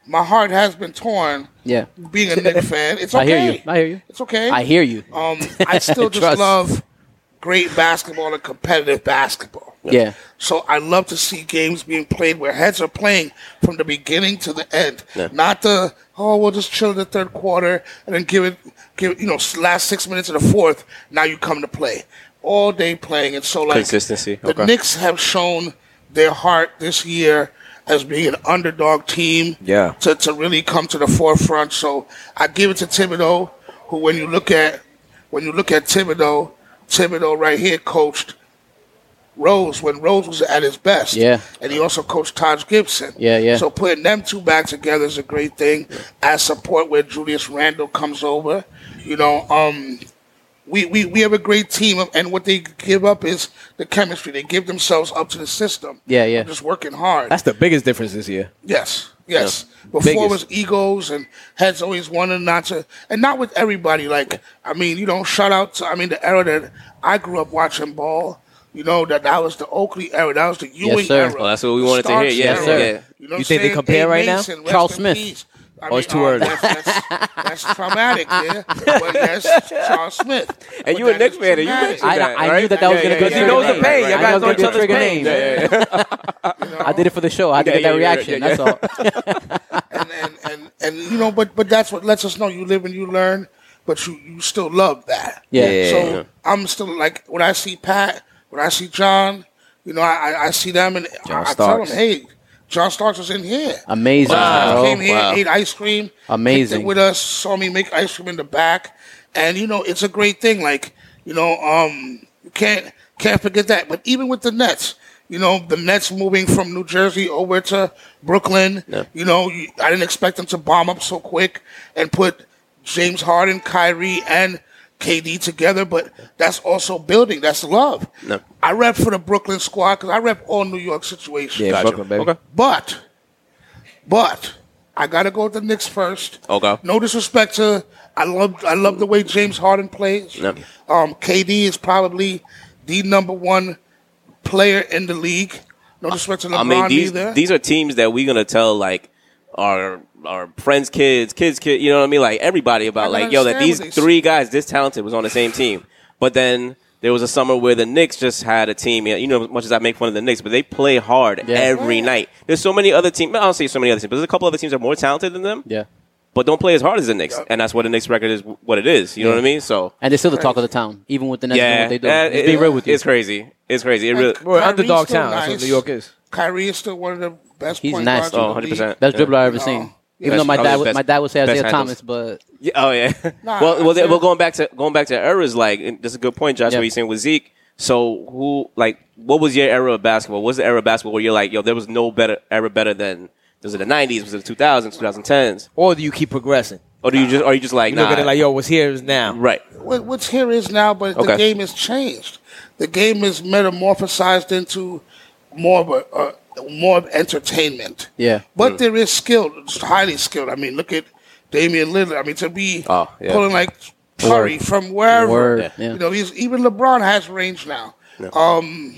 Speaker 5: my heart has been torn.
Speaker 3: Mm-hmm. Yeah.
Speaker 5: being a Knicks fan, it's okay.
Speaker 3: I hear you. I hear you.
Speaker 5: It's okay.
Speaker 3: I hear you. [LAUGHS]
Speaker 5: Um, I still just
Speaker 3: Trust.
Speaker 5: love great basketball and competitive basketball.
Speaker 3: Yeah.
Speaker 5: So I love to see games being played where heads are playing from the beginning to the end, not the oh we'll just chill in the third quarter and then give it give it, you know s- last six minutes of the fourth. Now you come to play all day playing, and so like
Speaker 4: Consistency,
Speaker 5: The
Speaker 4: okay.
Speaker 5: Knicks have shown their heart this year as being an underdog team.
Speaker 1: Yeah.
Speaker 5: To, to really come to the forefront. So I give it to Thibodeau, who when you look at when you look at Thibodeau, Thibodeau right here coached Rose when Rose was at his best.
Speaker 3: Yeah.
Speaker 5: And he also coached Taj Gibson.
Speaker 3: Yeah, yeah.
Speaker 5: So putting them two back together is a great thing. As support where Julius Randle comes over. You know, um, we, we, we have a great team, and what they give up is the chemistry. They give themselves up to the system.
Speaker 3: Yeah, yeah.
Speaker 5: Just working hard.
Speaker 1: That's the biggest difference this year.
Speaker 5: Yes, yes. Before it was
Speaker 1: Biggest.
Speaker 5: egos and heads always wanted not to, and not with everybody. Like I mean, you know, shout out to I mean the era that I grew up watching ball. You know that that was the Oakley era, that was the Ewing
Speaker 3: sir.
Speaker 5: era.
Speaker 4: Well, that's what we
Speaker 5: the
Speaker 4: wanted to hear.
Speaker 5: Starks
Speaker 4: Yes,
Speaker 5: era.
Speaker 3: sir.
Speaker 4: Yeah.
Speaker 5: You, know what
Speaker 1: You
Speaker 5: I'm
Speaker 1: think they
Speaker 5: saying?
Speaker 1: compare
Speaker 5: Abe
Speaker 1: right now?
Speaker 5: Mason, rest
Speaker 3: Charles
Speaker 5: in
Speaker 3: Smith.
Speaker 5: peace. I uh,
Speaker 1: Oh, it's too early.
Speaker 5: That's, that's, that's traumatic, yeah. But yes, Charles Smith.
Speaker 4: And
Speaker 5: But
Speaker 4: you a
Speaker 5: that
Speaker 4: Knicks
Speaker 5: is
Speaker 4: fan, and you
Speaker 5: traumatic.
Speaker 4: mentioned
Speaker 3: I,
Speaker 4: that,
Speaker 3: I
Speaker 4: right?
Speaker 3: knew that that was
Speaker 4: Yeah,
Speaker 3: going to
Speaker 4: yeah,
Speaker 3: be a
Speaker 4: yeah,
Speaker 1: He
Speaker 3: trigger
Speaker 1: knows the
Speaker 3: name.
Speaker 1: pain. Y'all
Speaker 3: I knew
Speaker 1: guys
Speaker 3: it
Speaker 1: know
Speaker 3: was gonna be
Speaker 1: each
Speaker 3: a
Speaker 1: other's
Speaker 3: trigger
Speaker 1: pain.
Speaker 3: name. I did it for the show. I had
Speaker 4: Yeah,
Speaker 3: to get
Speaker 4: yeah,
Speaker 3: that
Speaker 4: yeah,
Speaker 3: reaction.
Speaker 4: yeah, yeah.
Speaker 3: That's all.
Speaker 5: and, and, and, and you know, but but that's what lets us know you live and you learn, but you, you still love that.
Speaker 3: Yeah.
Speaker 5: So I'm still like when I see Pat, when I see John, you know, I I- I see them and I, I tell them,
Speaker 1: Starks.
Speaker 5: hey, John Starks was in here.
Speaker 3: Amazing,
Speaker 5: John
Speaker 3: bro.
Speaker 5: came here,
Speaker 4: Wow.
Speaker 5: ate ice cream, kicked it
Speaker 3: Amazing.
Speaker 5: with us, saw me make ice cream in the back, and you know, it's a great thing. Like you know, um, you can't can't forget that. But even with the Nets. You know the Nets moving from New Jersey over to Brooklyn. You know you, I didn't expect them to bomb up so quick and put James Harden, Kyrie, and KD together, but that's also building. That's love.
Speaker 4: No.
Speaker 5: I rep for the Brooklyn squad because I rep all New York situations.
Speaker 1: Yeah, Brooklyn, baby.
Speaker 4: Okay.
Speaker 5: But, but I gotta go with the Knicks first.
Speaker 4: Okay.
Speaker 5: No disrespect to I love I love the way James Harden plays.
Speaker 4: No.
Speaker 5: Um, KD is probably the number one player in the league. No disrespect to LeBron
Speaker 4: I mean, these
Speaker 5: either.
Speaker 4: these are teams that we're gonna tell like our our friends' kids, kids' kids. You know what I mean? Like everybody about
Speaker 5: can
Speaker 4: like yo that
Speaker 5: understand
Speaker 4: these
Speaker 5: what they-
Speaker 4: three guys this talented was on the same team, but then. There was a summer where the Knicks just had a team. You know, as much as I make fun of the Knicks, but they play hard
Speaker 3: Yeah.
Speaker 4: every night. There's so many other teams. I don't say so many other teams, but there's a couple other teams that are more talented than them,
Speaker 3: Yeah.
Speaker 4: but don't play as hard as the Knicks. And that's why the Knicks record is what it is. You know what I mean? So,
Speaker 3: And they're still the talk of the town, even with the Nets doing
Speaker 4: yeah. Uh,
Speaker 3: what they do.
Speaker 4: that-
Speaker 3: Let's be
Speaker 4: it-
Speaker 3: real with you.
Speaker 4: It's crazy. It's crazy. It really,
Speaker 1: We're an
Speaker 5: Kyrie's
Speaker 1: underdog
Speaker 5: still
Speaker 1: town. That's what
Speaker 5: nice.
Speaker 1: New York is.
Speaker 5: Kyrie is still one of the best
Speaker 3: He's
Speaker 5: point
Speaker 3: nasty.
Speaker 5: guards. in the
Speaker 4: Oh, 100%.
Speaker 5: league.
Speaker 3: Best dribbler I ever
Speaker 5: No.
Speaker 3: seen.
Speaker 5: Best-
Speaker 3: Even though my
Speaker 4: probably
Speaker 3: dad,
Speaker 4: the
Speaker 3: would,
Speaker 4: best-
Speaker 3: my dad would say
Speaker 4: best
Speaker 3: Isaiah
Speaker 4: handles.
Speaker 3: Thomas, but
Speaker 4: Yeah, oh yeah.
Speaker 5: [LAUGHS]
Speaker 4: well,
Speaker 5: Nah,
Speaker 4: well,
Speaker 5: I
Speaker 4: they,
Speaker 5: said-
Speaker 4: well, going back to going back to eras, like and that's a good point, Josh.
Speaker 3: Yeah.
Speaker 4: What you saying with Zeke? So who, like, what was your era of basketball? What was the era of basketball where you're like, yo, there was no better era better than was it the '90s? Was it the 2000s, 2010s?
Speaker 1: Or do you keep progressing?
Speaker 4: Or do you just, are you just like,
Speaker 1: You
Speaker 4: nah,
Speaker 1: look at it like, yo, what's here is now.
Speaker 4: right?
Speaker 5: what, what's here is now, but the
Speaker 4: Okay.
Speaker 5: game has changed. The game is metamorphosized into more of a, uh, more of entertainment.
Speaker 3: Yeah.
Speaker 5: but there is skilled, highly skilled. I mean, look at Damian Lillard. I mean, to be
Speaker 4: Oh, yeah.
Speaker 5: pulling like Curry from wherever,
Speaker 3: Word, yeah.
Speaker 5: you know, he's, even LeBron has range now. Um,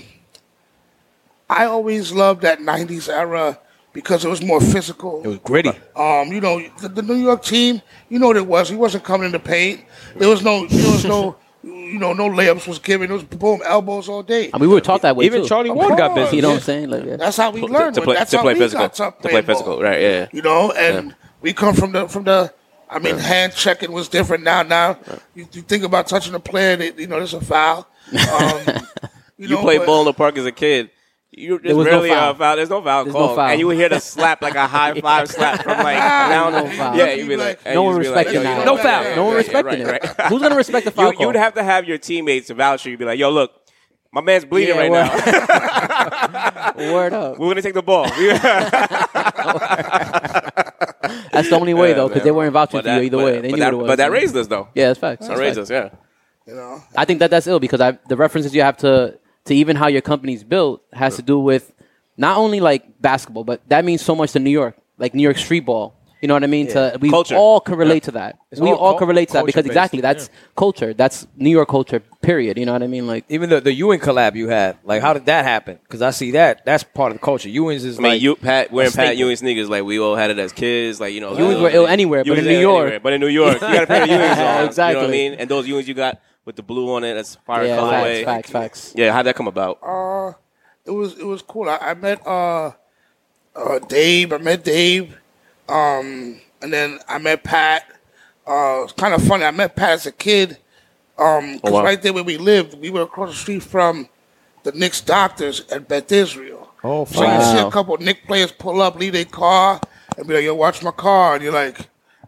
Speaker 5: I always loved that '90s era because it was more physical.
Speaker 1: It was gritty.
Speaker 5: Um, you know, the, the New York team, you know what it was. He wasn't coming in the paint. There was no, there was no, you know, no layups was given. It was boom, elbows all day.
Speaker 3: I mean, we were taught that way
Speaker 1: Even
Speaker 3: too.
Speaker 1: Charlie
Speaker 5: Of
Speaker 1: Ward got
Speaker 5: course.
Speaker 1: busy.
Speaker 3: you know what I'm
Speaker 5: Yeah.
Speaker 3: saying? Like, yeah.
Speaker 5: That's how we learned.
Speaker 4: to
Speaker 5: when-
Speaker 4: play,
Speaker 5: that's
Speaker 4: to
Speaker 5: how
Speaker 4: play
Speaker 5: we
Speaker 4: physical,
Speaker 5: got
Speaker 4: to
Speaker 5: tough
Speaker 4: play
Speaker 5: playing
Speaker 4: physical,
Speaker 5: ball.
Speaker 4: right? Yeah.
Speaker 5: You know, and we come from the from the. I mean, hand checking was different now. Now you, you think
Speaker 4: [LAUGHS]
Speaker 5: about touching a player, they, you know, there's a foul. Um,
Speaker 4: You
Speaker 5: know,
Speaker 4: played
Speaker 5: but-
Speaker 4: ball in the park as a kid. You,
Speaker 3: There
Speaker 4: there's
Speaker 3: was no
Speaker 4: rarely
Speaker 3: foul.
Speaker 4: a foul. There's no foul
Speaker 3: There's no
Speaker 4: call,
Speaker 3: foul.
Speaker 4: and you would hear the slap like a
Speaker 3: [LAUGHS]
Speaker 4: high five slap from like down.
Speaker 3: No foul.
Speaker 4: Yeah, you'd be like, and
Speaker 3: No
Speaker 4: you'd
Speaker 3: one
Speaker 4: just be like,
Speaker 3: respecting
Speaker 4: yo, you
Speaker 3: that.
Speaker 4: know
Speaker 1: No
Speaker 4: what?
Speaker 1: foul.
Speaker 4: Yeah,
Speaker 3: No one
Speaker 4: yeah,
Speaker 3: respecting
Speaker 4: right,
Speaker 3: that.
Speaker 4: right.
Speaker 3: Who's gonna respect the
Speaker 4: [LAUGHS]
Speaker 3: foul
Speaker 4: You, you'd
Speaker 3: call?
Speaker 4: have to have your teammates vouch for you. You'd be like, yo, look, my man's bleeding
Speaker 3: Yeah,
Speaker 4: right
Speaker 3: well- [LAUGHS]
Speaker 4: now.
Speaker 3: Word up.
Speaker 4: We're gonna take the ball. We-
Speaker 3: That's the only way
Speaker 4: Yeah,
Speaker 3: though, because
Speaker 4: man.
Speaker 3: they weren't vouching
Speaker 4: But
Speaker 3: for you
Speaker 4: that-
Speaker 3: either
Speaker 4: but-
Speaker 3: way. They
Speaker 4: but
Speaker 3: knew
Speaker 4: that-
Speaker 3: what it was.
Speaker 4: But that raised us though.
Speaker 3: Yeah, that's facts.
Speaker 4: that
Speaker 3: That's
Speaker 4: raised
Speaker 3: facts.
Speaker 4: us. Yeah.
Speaker 5: You know,
Speaker 3: I think that that's ill because I, the references you have to to even how your company's built has to do with not only like basketball, but that means so much to New York, like New York street ball. You know what I mean? To we
Speaker 4: Culture.
Speaker 3: all can relate to that. we
Speaker 1: all
Speaker 3: all,
Speaker 1: cul-
Speaker 3: can relate to that because
Speaker 1: culture-based,
Speaker 3: exactly that's culture. That's New York culture. Period. You know what I mean? Like
Speaker 1: Even the the Ewan collab you had, like, how did that happen? Because I see that that's part of the culture. Ewan's is
Speaker 4: I mean,
Speaker 1: like
Speaker 4: you, Pat wearing
Speaker 1: a
Speaker 4: Pat
Speaker 1: staple.
Speaker 4: Ewing sneakers, like we all had it as kids, like you know.
Speaker 3: Ewings
Speaker 4: those-
Speaker 3: were ill anywhere, but in
Speaker 4: Ewings
Speaker 3: New
Speaker 4: ill
Speaker 3: York.
Speaker 4: anywhere, but in New York, you got a
Speaker 3: [LAUGHS]
Speaker 4: pair of Ewings on. You know what
Speaker 3: Exactly.
Speaker 4: I mean? And those Ewings you got with the blue on it, that's fire
Speaker 3: yeah,
Speaker 4: colorway.
Speaker 3: facts, facts, facts.
Speaker 4: Yeah, how'd that come about?
Speaker 5: uh, it was it was cool. I, I met uh, uh, Dave. I met Dave, um, and then I met Pat. Uh, it's kind of funny. I met Pat as a kid. Um,
Speaker 3: Oh,
Speaker 5: 'cause
Speaker 4: wow.
Speaker 5: right there where we lived, we were across the street from the Knicks doctors at Beth Israel.
Speaker 1: Oh,
Speaker 5: so you see a couple of Knicks players pull up, leave their car, and be like, "Yo, watch my car," and you're like.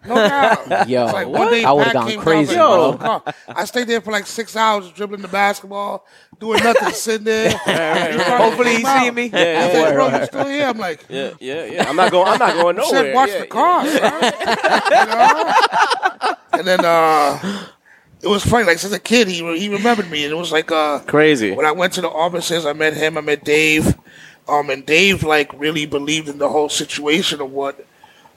Speaker 5: No
Speaker 3: [LAUGHS]
Speaker 5: doubt.
Speaker 3: Yo,
Speaker 5: It's like one day
Speaker 3: I would've
Speaker 5: Pat
Speaker 3: gone
Speaker 5: came
Speaker 3: crazy,
Speaker 5: down,
Speaker 3: bro.
Speaker 5: like, car. I stayed there for like six hours dribbling the basketball, doing nothing, sitting there.
Speaker 1: Hopefully he see me.
Speaker 5: Yeah,
Speaker 4: Yeah,
Speaker 5: yeah, bro, you still here? I'm like, you
Speaker 4: Yeah, yeah, yeah. I'm not going. I'm not going nowhere.
Speaker 5: [LAUGHS] said watch
Speaker 4: Yeah,
Speaker 5: the car, son. You know? And then uh, it was funny. Like since a kid, he re- he remembered me, and it was like uh,
Speaker 4: Crazy.
Speaker 5: when I went to the offices, I met him. I met Dave, um, and Dave like really believed in the whole situation of what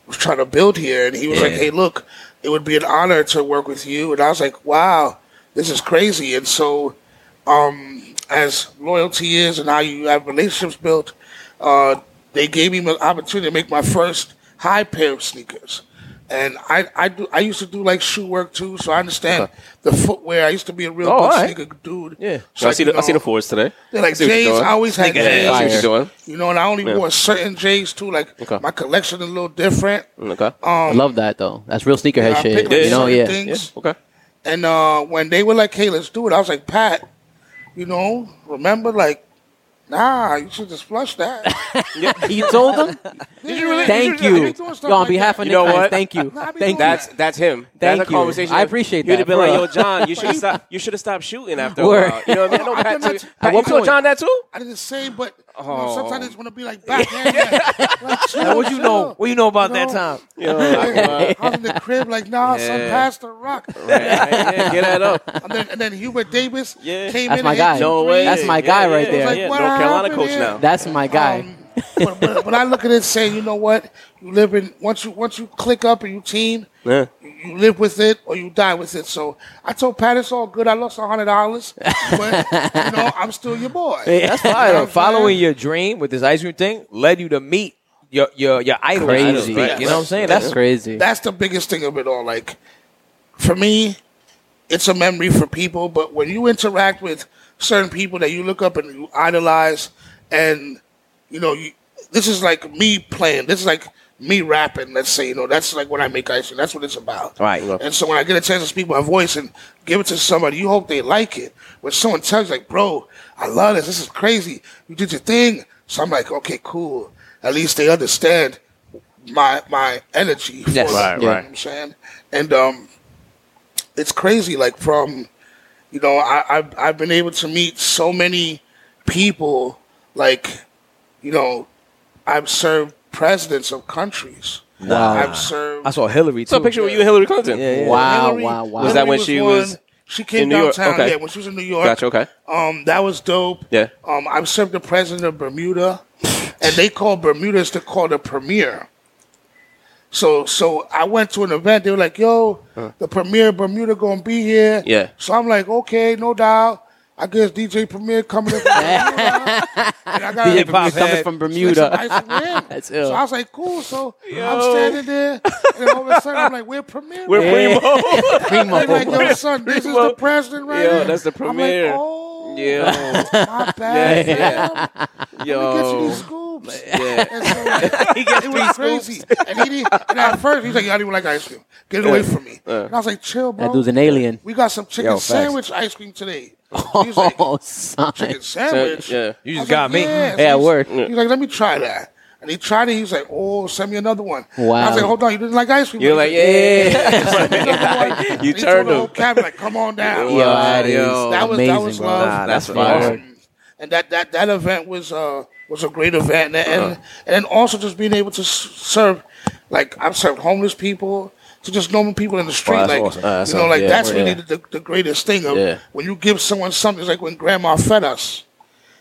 Speaker 5: was trying to build here, and he was like, "Hey, look, it would be an honor to work with you." And I was like, "Wow, this is crazy!" And so, um, as loyalty is and how you have relationships built, uh, they gave me an opportunity to make my first high pair of sneakers. And I, I do I used to do like shoe work too, so I understand the footwear. I used to be a real
Speaker 1: Uh-huh. Oh, all
Speaker 5: good
Speaker 1: right.
Speaker 5: sneaker dude.
Speaker 1: Yeah.
Speaker 4: So I
Speaker 5: like,
Speaker 4: see
Speaker 5: you
Speaker 4: the I see
Speaker 5: know,
Speaker 4: the fours today.
Speaker 5: they're like
Speaker 4: See what you're
Speaker 5: J's.
Speaker 4: doing.
Speaker 5: I always had
Speaker 4: Yeah, I see what
Speaker 5: J's.
Speaker 4: you're doing.
Speaker 5: You know, and I only wore certain J's too. Like
Speaker 4: Okay.
Speaker 5: my collection is a little different.
Speaker 4: Okay.
Speaker 3: I
Speaker 5: Um,
Speaker 3: love that though. That's real sneakerhead
Speaker 5: I
Speaker 3: shit.
Speaker 5: picked
Speaker 4: Yeah,
Speaker 5: like
Speaker 3: You know,
Speaker 5: certain
Speaker 3: yeah.
Speaker 4: Yeah.
Speaker 5: things.
Speaker 4: Okay.
Speaker 5: And uh, when they were like, "Hey, let's do it," I was like, "Pat, you know, remember like." Nah, you should just flush that.
Speaker 3: You told them.
Speaker 5: Did [LAUGHS] you really?
Speaker 3: Thank you. Yo, on behalf of
Speaker 4: You know
Speaker 3: Nick Hines,
Speaker 4: what?
Speaker 3: thank you.
Speaker 5: Nah, I
Speaker 3: Thank
Speaker 5: be doing
Speaker 3: you.
Speaker 5: that.
Speaker 4: That's that's him.
Speaker 3: Thank
Speaker 4: that's a
Speaker 3: you.
Speaker 4: conversation.
Speaker 3: I appreciate
Speaker 4: You'd
Speaker 3: that,
Speaker 4: have been like,
Speaker 3: bro.
Speaker 4: "Yo, John,
Speaker 3: [LAUGHS]
Speaker 4: you should have stopped. You should have stopped shooting after a
Speaker 3: Word.
Speaker 4: while." You know what I mean? I know
Speaker 5: I've
Speaker 4: Pat
Speaker 5: done
Speaker 4: too.
Speaker 5: that-
Speaker 4: Pat,
Speaker 3: At
Speaker 4: you
Speaker 3: one
Speaker 4: told
Speaker 3: point-
Speaker 4: John that too.
Speaker 5: I did the same, but you know, sometimes I just want to be like back. Yeah, yeah. Like, chill,
Speaker 1: Now, what you know?
Speaker 5: chill.
Speaker 1: What you know about that
Speaker 4: [LAUGHS]
Speaker 5: No.
Speaker 1: time?
Speaker 5: I was in the crib like, nah, son,
Speaker 4: Yeah.
Speaker 5: pass the rock.
Speaker 4: yeah, get that
Speaker 5: [LAUGHS]
Speaker 4: up.
Speaker 5: And then, and then Hubert Davis
Speaker 4: Yeah.
Speaker 5: came
Speaker 3: That's
Speaker 5: in.
Speaker 3: my
Speaker 5: and hit
Speaker 3: guy.
Speaker 5: two
Speaker 4: No way.
Speaker 3: That's my guy
Speaker 4: Yeah,
Speaker 3: right
Speaker 4: yeah,
Speaker 3: there.
Speaker 4: Yeah,
Speaker 5: What
Speaker 4: North Carolina
Speaker 5: happened
Speaker 4: coach
Speaker 5: here?
Speaker 4: now.
Speaker 3: That's
Speaker 5: [LAUGHS]
Speaker 3: my guy.
Speaker 5: Um, but, but, but I look at it saying, you know what? You live in once you once you click up and you team,
Speaker 4: Yeah.
Speaker 5: you live with it or you die with it. So I told Pat it's all good. I lost a hundred dollars, but you know I'm still your boy.
Speaker 1: That's why
Speaker 5: You know
Speaker 1: though.
Speaker 5: what I'm
Speaker 1: following
Speaker 5: saying?
Speaker 1: your dream with this ice cream thing led you to meet your your your idol.
Speaker 3: Crazy.
Speaker 1: You know what I'm saying?
Speaker 3: That's
Speaker 1: That's
Speaker 3: crazy.
Speaker 5: That's the biggest thing of it all. Like for me, it's a memory for people. But when you interact with certain people that you look up and you idolize, and you know, you, this is like me playing. This is like me rapping. Let's say you know that's like when I make ice cream. That's what it's about.
Speaker 1: Right.
Speaker 5: And so when I get a chance to speak my voice and give it to somebody, you hope they like it. When someone tells you, like, bro, I love this. This is crazy. You did your thing. So I'm like, okay, cool. At least they understand my my energy. For
Speaker 3: Yes.
Speaker 5: it.
Speaker 3: Right,
Speaker 5: You know
Speaker 3: right.
Speaker 5: what I'm saying? And um, it's crazy. Like from, you know, I I've, I've been able to meet so many people. Like, you know, I've served presidents of countries.
Speaker 3: Wow.
Speaker 5: I've served.
Speaker 1: I saw Hillary too.
Speaker 4: So a picture with you and Hillary Clinton.
Speaker 1: Yeah, yeah.
Speaker 3: Wow,
Speaker 5: Hillary-
Speaker 3: wow, wow.
Speaker 4: Was that when she
Speaker 5: one-
Speaker 4: was
Speaker 5: She came
Speaker 4: in New York?
Speaker 5: downtown.
Speaker 4: Okay.
Speaker 5: Yeah, when she was in New York.
Speaker 4: Gotcha. Okay.
Speaker 5: Um, that was dope.
Speaker 4: Yeah.
Speaker 5: Um, I served the president of Bermuda, and they call Bermuda's to call the premier. So, so I went to an event. They were like, "Yo, the premier of Bermuda gonna be here."
Speaker 4: Yeah.
Speaker 5: So I'm like, "Okay, no doubt." I guess DJ Premier coming up. and I
Speaker 4: [LAUGHS]
Speaker 5: got
Speaker 3: DJ
Speaker 1: Pop
Speaker 3: Premier coming
Speaker 1: head.
Speaker 3: from
Speaker 5: Bermuda.
Speaker 3: Bermuda. That's
Speaker 5: That's
Speaker 3: ill.
Speaker 5: So I was like, cool. So I'm standing there, and all of a sudden I'm like, we're premier.
Speaker 4: We're
Speaker 3: Yeah.
Speaker 4: primo.
Speaker 5: They're like,
Speaker 3: Primo.
Speaker 5: yo, son, this is the president right
Speaker 4: Yo,
Speaker 5: here.
Speaker 4: that's the premier.
Speaker 5: I'm like, oh,
Speaker 4: [LAUGHS] Yeah.
Speaker 3: [LAUGHS]
Speaker 5: my bad,
Speaker 4: Yeah.
Speaker 5: fam. Let me get you
Speaker 4: Yo.
Speaker 5: these [LAUGHS] scoops.
Speaker 4: Yeah.
Speaker 5: And so, like, it was crazy. And, he did, and at first, he was like, I didn't even like ice cream. Get it away from me. And I was like, chill, bro.
Speaker 3: That dude's an alien.
Speaker 5: we got some
Speaker 1: Yo,
Speaker 5: chicken
Speaker 1: facts.
Speaker 5: sandwich ice cream today. He was
Speaker 3: [LAUGHS]
Speaker 5: like,
Speaker 3: Oh, son.
Speaker 5: chicken
Speaker 4: So,
Speaker 5: sandwich.
Speaker 4: yeah.
Speaker 1: You
Speaker 5: I
Speaker 1: just
Speaker 5: was
Speaker 1: got
Speaker 5: like,
Speaker 1: me.
Speaker 5: Yeah,
Speaker 3: Yeah,
Speaker 5: So he's-
Speaker 3: word.
Speaker 5: He's like, let me try that. And he tried it. He was like, oh, send me another one. And I
Speaker 3: Wow.
Speaker 5: was like, hold on, you didn't like ice cream?
Speaker 4: You're like,
Speaker 5: He's
Speaker 4: yeah.
Speaker 5: [LAUGHS] "Give me another one." And
Speaker 4: You
Speaker 5: he told
Speaker 4: turned
Speaker 5: the whole
Speaker 4: him.
Speaker 5: cabin, like, come on down.
Speaker 4: Yo, that
Speaker 3: is
Speaker 5: that was that
Speaker 3: amazing,
Speaker 5: was
Speaker 3: bro.
Speaker 5: love.
Speaker 4: Nah, that's
Speaker 5: That was
Speaker 4: fire.
Speaker 5: awesome. And that that that event was uh was a great event, and and,
Speaker 4: Uh-huh.
Speaker 5: and then also just being able to s- serve, like I've served homeless people. To just normal people in the street,
Speaker 4: that's
Speaker 5: like
Speaker 4: awesome. Uh, that's
Speaker 5: you know,
Speaker 4: awesome.
Speaker 5: like
Speaker 4: Yeah,
Speaker 5: that's
Speaker 4: yeah.
Speaker 5: really the, the greatest thing. Of
Speaker 4: Yeah.
Speaker 5: when you give someone something, it's like when Grandma fed us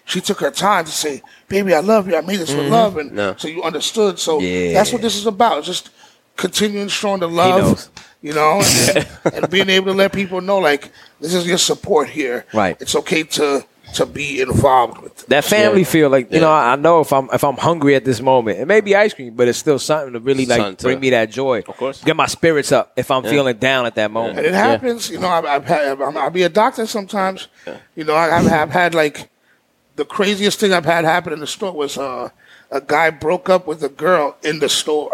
Speaker 5: she took her time to say, "Baby, I love you. I made this
Speaker 4: Mm-hmm.
Speaker 5: with love," and
Speaker 4: No.
Speaker 5: so you understood. So
Speaker 4: Yeah.
Speaker 5: that's what this is about. It's Just continuing showing the love,
Speaker 4: knows.
Speaker 5: you know,
Speaker 1: [LAUGHS]
Speaker 5: and, and being able to let people know, like, this is your support here.
Speaker 4: Right.
Speaker 5: It's okay to to be involved with.
Speaker 1: That family
Speaker 4: Yeah.
Speaker 1: feel, like you
Speaker 4: Yeah.
Speaker 1: know, I I know if I'm if I'm hungry at this moment, it may be ice cream, but it's still something to really like
Speaker 4: Something to-
Speaker 1: bring me that joy. Of
Speaker 4: course.
Speaker 1: get my spirits up if I'm feeling down at that moment.
Speaker 5: And it happens, you know. I've, I've had, I'm, I'll be a doctor sometimes. You know, I, I've, I've had like the craziest thing I've had happen in the store was uh, a guy broke up with a girl in the store.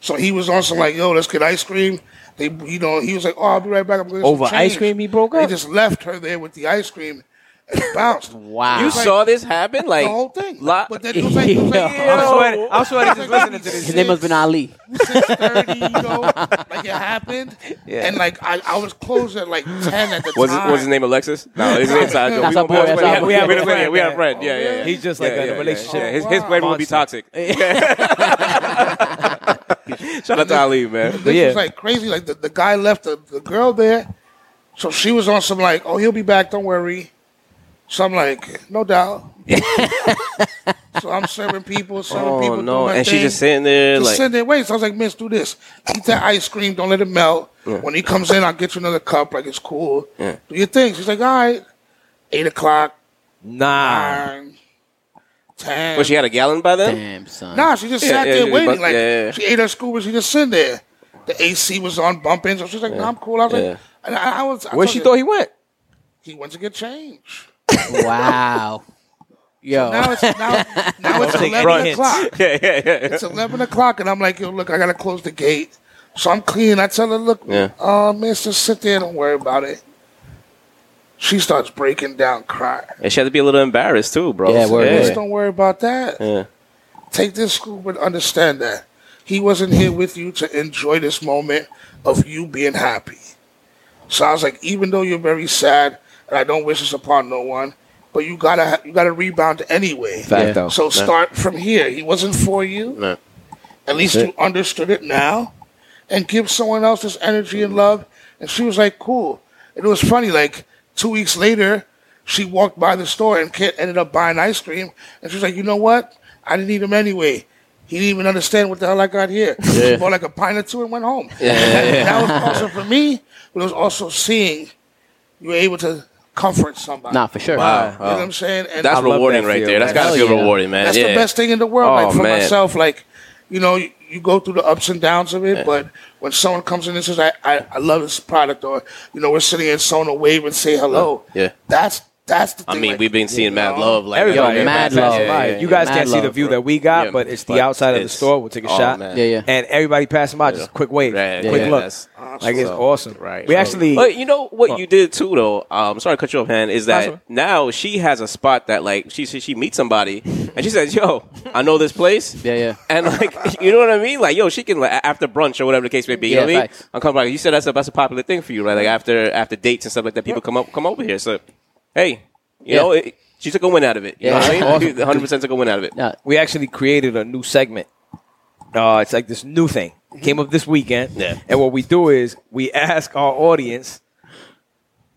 Speaker 5: So he was on some like, yo, let's get ice cream. They, you know, he was like, oh, I'll be right back. I'm going
Speaker 1: Over ice cream he broke
Speaker 5: They
Speaker 1: up?
Speaker 5: just left her there with the ice cream and
Speaker 1: [LAUGHS]
Speaker 5: bounced.
Speaker 3: Wow.
Speaker 4: You
Speaker 5: Like,
Speaker 4: saw this happen? Like
Speaker 5: the whole thing.
Speaker 4: Lot,
Speaker 5: but then he was like, he was
Speaker 4: [LAUGHS]
Speaker 5: like,
Speaker 3: Yeah.
Speaker 1: I'm
Speaker 5: yo,
Speaker 1: sweating. I'm sweating
Speaker 5: He's [LAUGHS]
Speaker 1: just
Speaker 5: like,
Speaker 1: listening to this.
Speaker 3: His name must have been Ali.
Speaker 5: six thirty, you know, like it happened, and like I, I was closed at like ten at the
Speaker 4: was his,
Speaker 5: time.
Speaker 4: was his name Alexis? No, [LAUGHS] his name's Sajo.
Speaker 3: That's our boy, that's our boy.
Speaker 4: We have a friend. We have a friend. Yeah, yeah,
Speaker 1: [LAUGHS]
Speaker 4: yeah.
Speaker 1: He's just like
Speaker 4: yeah,
Speaker 1: in
Speaker 4: yeah,
Speaker 1: a
Speaker 4: yeah.
Speaker 1: relationship.
Speaker 4: Yeah, His
Speaker 5: Oh,
Speaker 4: his
Speaker 5: wow.
Speaker 4: friend will be toxic. [LAUGHS] Shout out to Ali, man.
Speaker 5: This
Speaker 1: Yeah.
Speaker 5: was like crazy. Like the, the guy left the, the girl there. So she was on some like, oh, he'll be back, don't worry. So I'm like, no
Speaker 4: [LAUGHS]
Speaker 5: doubt. so I'm serving people, serving
Speaker 4: Oh
Speaker 5: people.
Speaker 4: no!
Speaker 5: doing my
Speaker 4: And she's
Speaker 5: thing.
Speaker 4: just sitting there,
Speaker 5: Just
Speaker 4: like
Speaker 5: sitting there waiting. So I was like, miss, do this. Eat that ice cream, don't let it melt. When he comes in, I'll get you another cup, like it's cool. Do your thing. She's like, all right. Eight o'clock,
Speaker 1: Nah,
Speaker 5: nine, ten.
Speaker 4: Well, she had a gallon by then?
Speaker 3: Damn, son.
Speaker 5: Nah, she just
Speaker 4: Yeah,
Speaker 5: sat
Speaker 4: yeah,
Speaker 5: there
Speaker 4: she
Speaker 5: waiting.
Speaker 4: bust-
Speaker 5: like
Speaker 4: yeah, yeah.
Speaker 5: she ate her scuba, she just sitting there. The AC was on bumping, so she's like, "No, I'm cool." I was
Speaker 4: yeah.
Speaker 5: like, and I, I was. I
Speaker 1: where
Speaker 5: told
Speaker 1: she
Speaker 5: you,
Speaker 1: thought he went?
Speaker 5: he went to get change.
Speaker 3: Wow. Yo.
Speaker 4: Oh.
Speaker 5: Now it's now,
Speaker 4: [LAUGHS]
Speaker 5: now it's
Speaker 1: take
Speaker 5: eleven
Speaker 1: any
Speaker 4: [LAUGHS]
Speaker 5: o'clock.
Speaker 4: Yeah, yeah, yeah.
Speaker 5: It's eleven o'clock, and I'm like, "Yo, look, I gotta close the gate." So I'm clean. I tell her, "Look,
Speaker 4: Yeah.
Speaker 5: uh, man, just sit there, don't worry about it." She starts breaking down, crying.
Speaker 4: And she had to be a little embarrassed too, bro.
Speaker 3: Yeah, word,
Speaker 5: Just
Speaker 3: Yeah.
Speaker 5: don't worry about that.
Speaker 4: Oh, Yeah.
Speaker 5: Take this scuba and understand that he wasn't here with you to enjoy this moment of you being happy. So I was like, even though you're very sad, and I don't wish this upon no one, but you gotta ha- you gotta rebound anyway.
Speaker 1: Fact
Speaker 3: Yeah.
Speaker 1: though.
Speaker 5: So start from here. He wasn't for you.
Speaker 4: No.
Speaker 5: At least you understood it now, and give someone else this energy and love. And she was like, cool. And it was funny. Like two weeks later, she walked by the store and kid ended up buying ice cream. And she was like, you know what? I didn't need him anyway. He didn't even understand what the hell I got here. She bought like a pint or two and went home. that, that was also for me, but it was also seeing you were able to comfort somebody.
Speaker 3: Nah, for sure.
Speaker 4: Wow.
Speaker 5: You know what I'm saying? And
Speaker 4: That's
Speaker 1: love
Speaker 4: rewarding
Speaker 1: that
Speaker 4: right
Speaker 1: feel.
Speaker 4: there. That's gotta
Speaker 3: Hell
Speaker 4: feel
Speaker 3: yeah.
Speaker 4: rewarding, man.
Speaker 5: that's
Speaker 4: yeah.
Speaker 5: the best thing in the world.
Speaker 4: Oh,
Speaker 5: like for
Speaker 4: man.
Speaker 5: myself, like you know, you, you go through the ups and downs of it, but when someone comes in and says, I, "I I love this product," or you know, we're sitting in Sona wave and say hello.
Speaker 4: Yeah.
Speaker 5: that's that's the.
Speaker 4: I
Speaker 5: thing,
Speaker 4: mean,
Speaker 5: like,
Speaker 4: we've been seeing
Speaker 5: you
Speaker 4: Mad
Speaker 5: know?
Speaker 4: Love like
Speaker 1: Everybody,
Speaker 3: Yo, mad
Speaker 4: yeah,
Speaker 3: love.
Speaker 4: yeah, yeah, yeah.
Speaker 1: you guys
Speaker 3: Mad
Speaker 1: can't see
Speaker 3: love,
Speaker 1: the view
Speaker 4: bro.
Speaker 1: that we got,
Speaker 4: Yeah,
Speaker 1: but it's the
Speaker 4: but
Speaker 1: outside of the
Speaker 4: it's-
Speaker 1: store. We'll take a
Speaker 4: oh,
Speaker 1: shot,
Speaker 4: man.
Speaker 3: Yeah, yeah.
Speaker 1: and everybody passing by, just quick wave,
Speaker 4: Yeah, yeah,
Speaker 1: quick
Speaker 4: yeah,
Speaker 1: look.
Speaker 4: that's
Speaker 1: Like it's
Speaker 4: awesome.
Speaker 1: awesome.
Speaker 4: Right.
Speaker 1: We actually, Oh.
Speaker 4: But you know what you did too, though. Um, sorry to cut you off, hand. Is
Speaker 1: That's all
Speaker 4: that
Speaker 1: right.
Speaker 4: now she has a spot that like she she, she meets somebody and she says, "Yo, I know this place."
Speaker 3: [LAUGHS] Yeah, yeah.
Speaker 4: And like [LAUGHS] you know what I mean? Like yo, she can like a- after brunch or whatever the case may be. You
Speaker 3: Yeah,
Speaker 4: know what I mean?
Speaker 3: facts.
Speaker 4: I'm coming back. You said that's a that's a popular thing for you, right? Like after after dates and stuff like that, people come up come over here. So hey, you
Speaker 3: Yeah.
Speaker 4: know it, she took a win out of it. You
Speaker 3: Yeah,
Speaker 4: know what I
Speaker 3: [LAUGHS] awesome.
Speaker 4: mean? [LAUGHS] 100 percent took a win out of it.
Speaker 3: Nah,
Speaker 1: we actually created a new segment. Uh, it's like this new thing came up this weekend.
Speaker 4: Yeah.
Speaker 1: And what we do is we ask our audience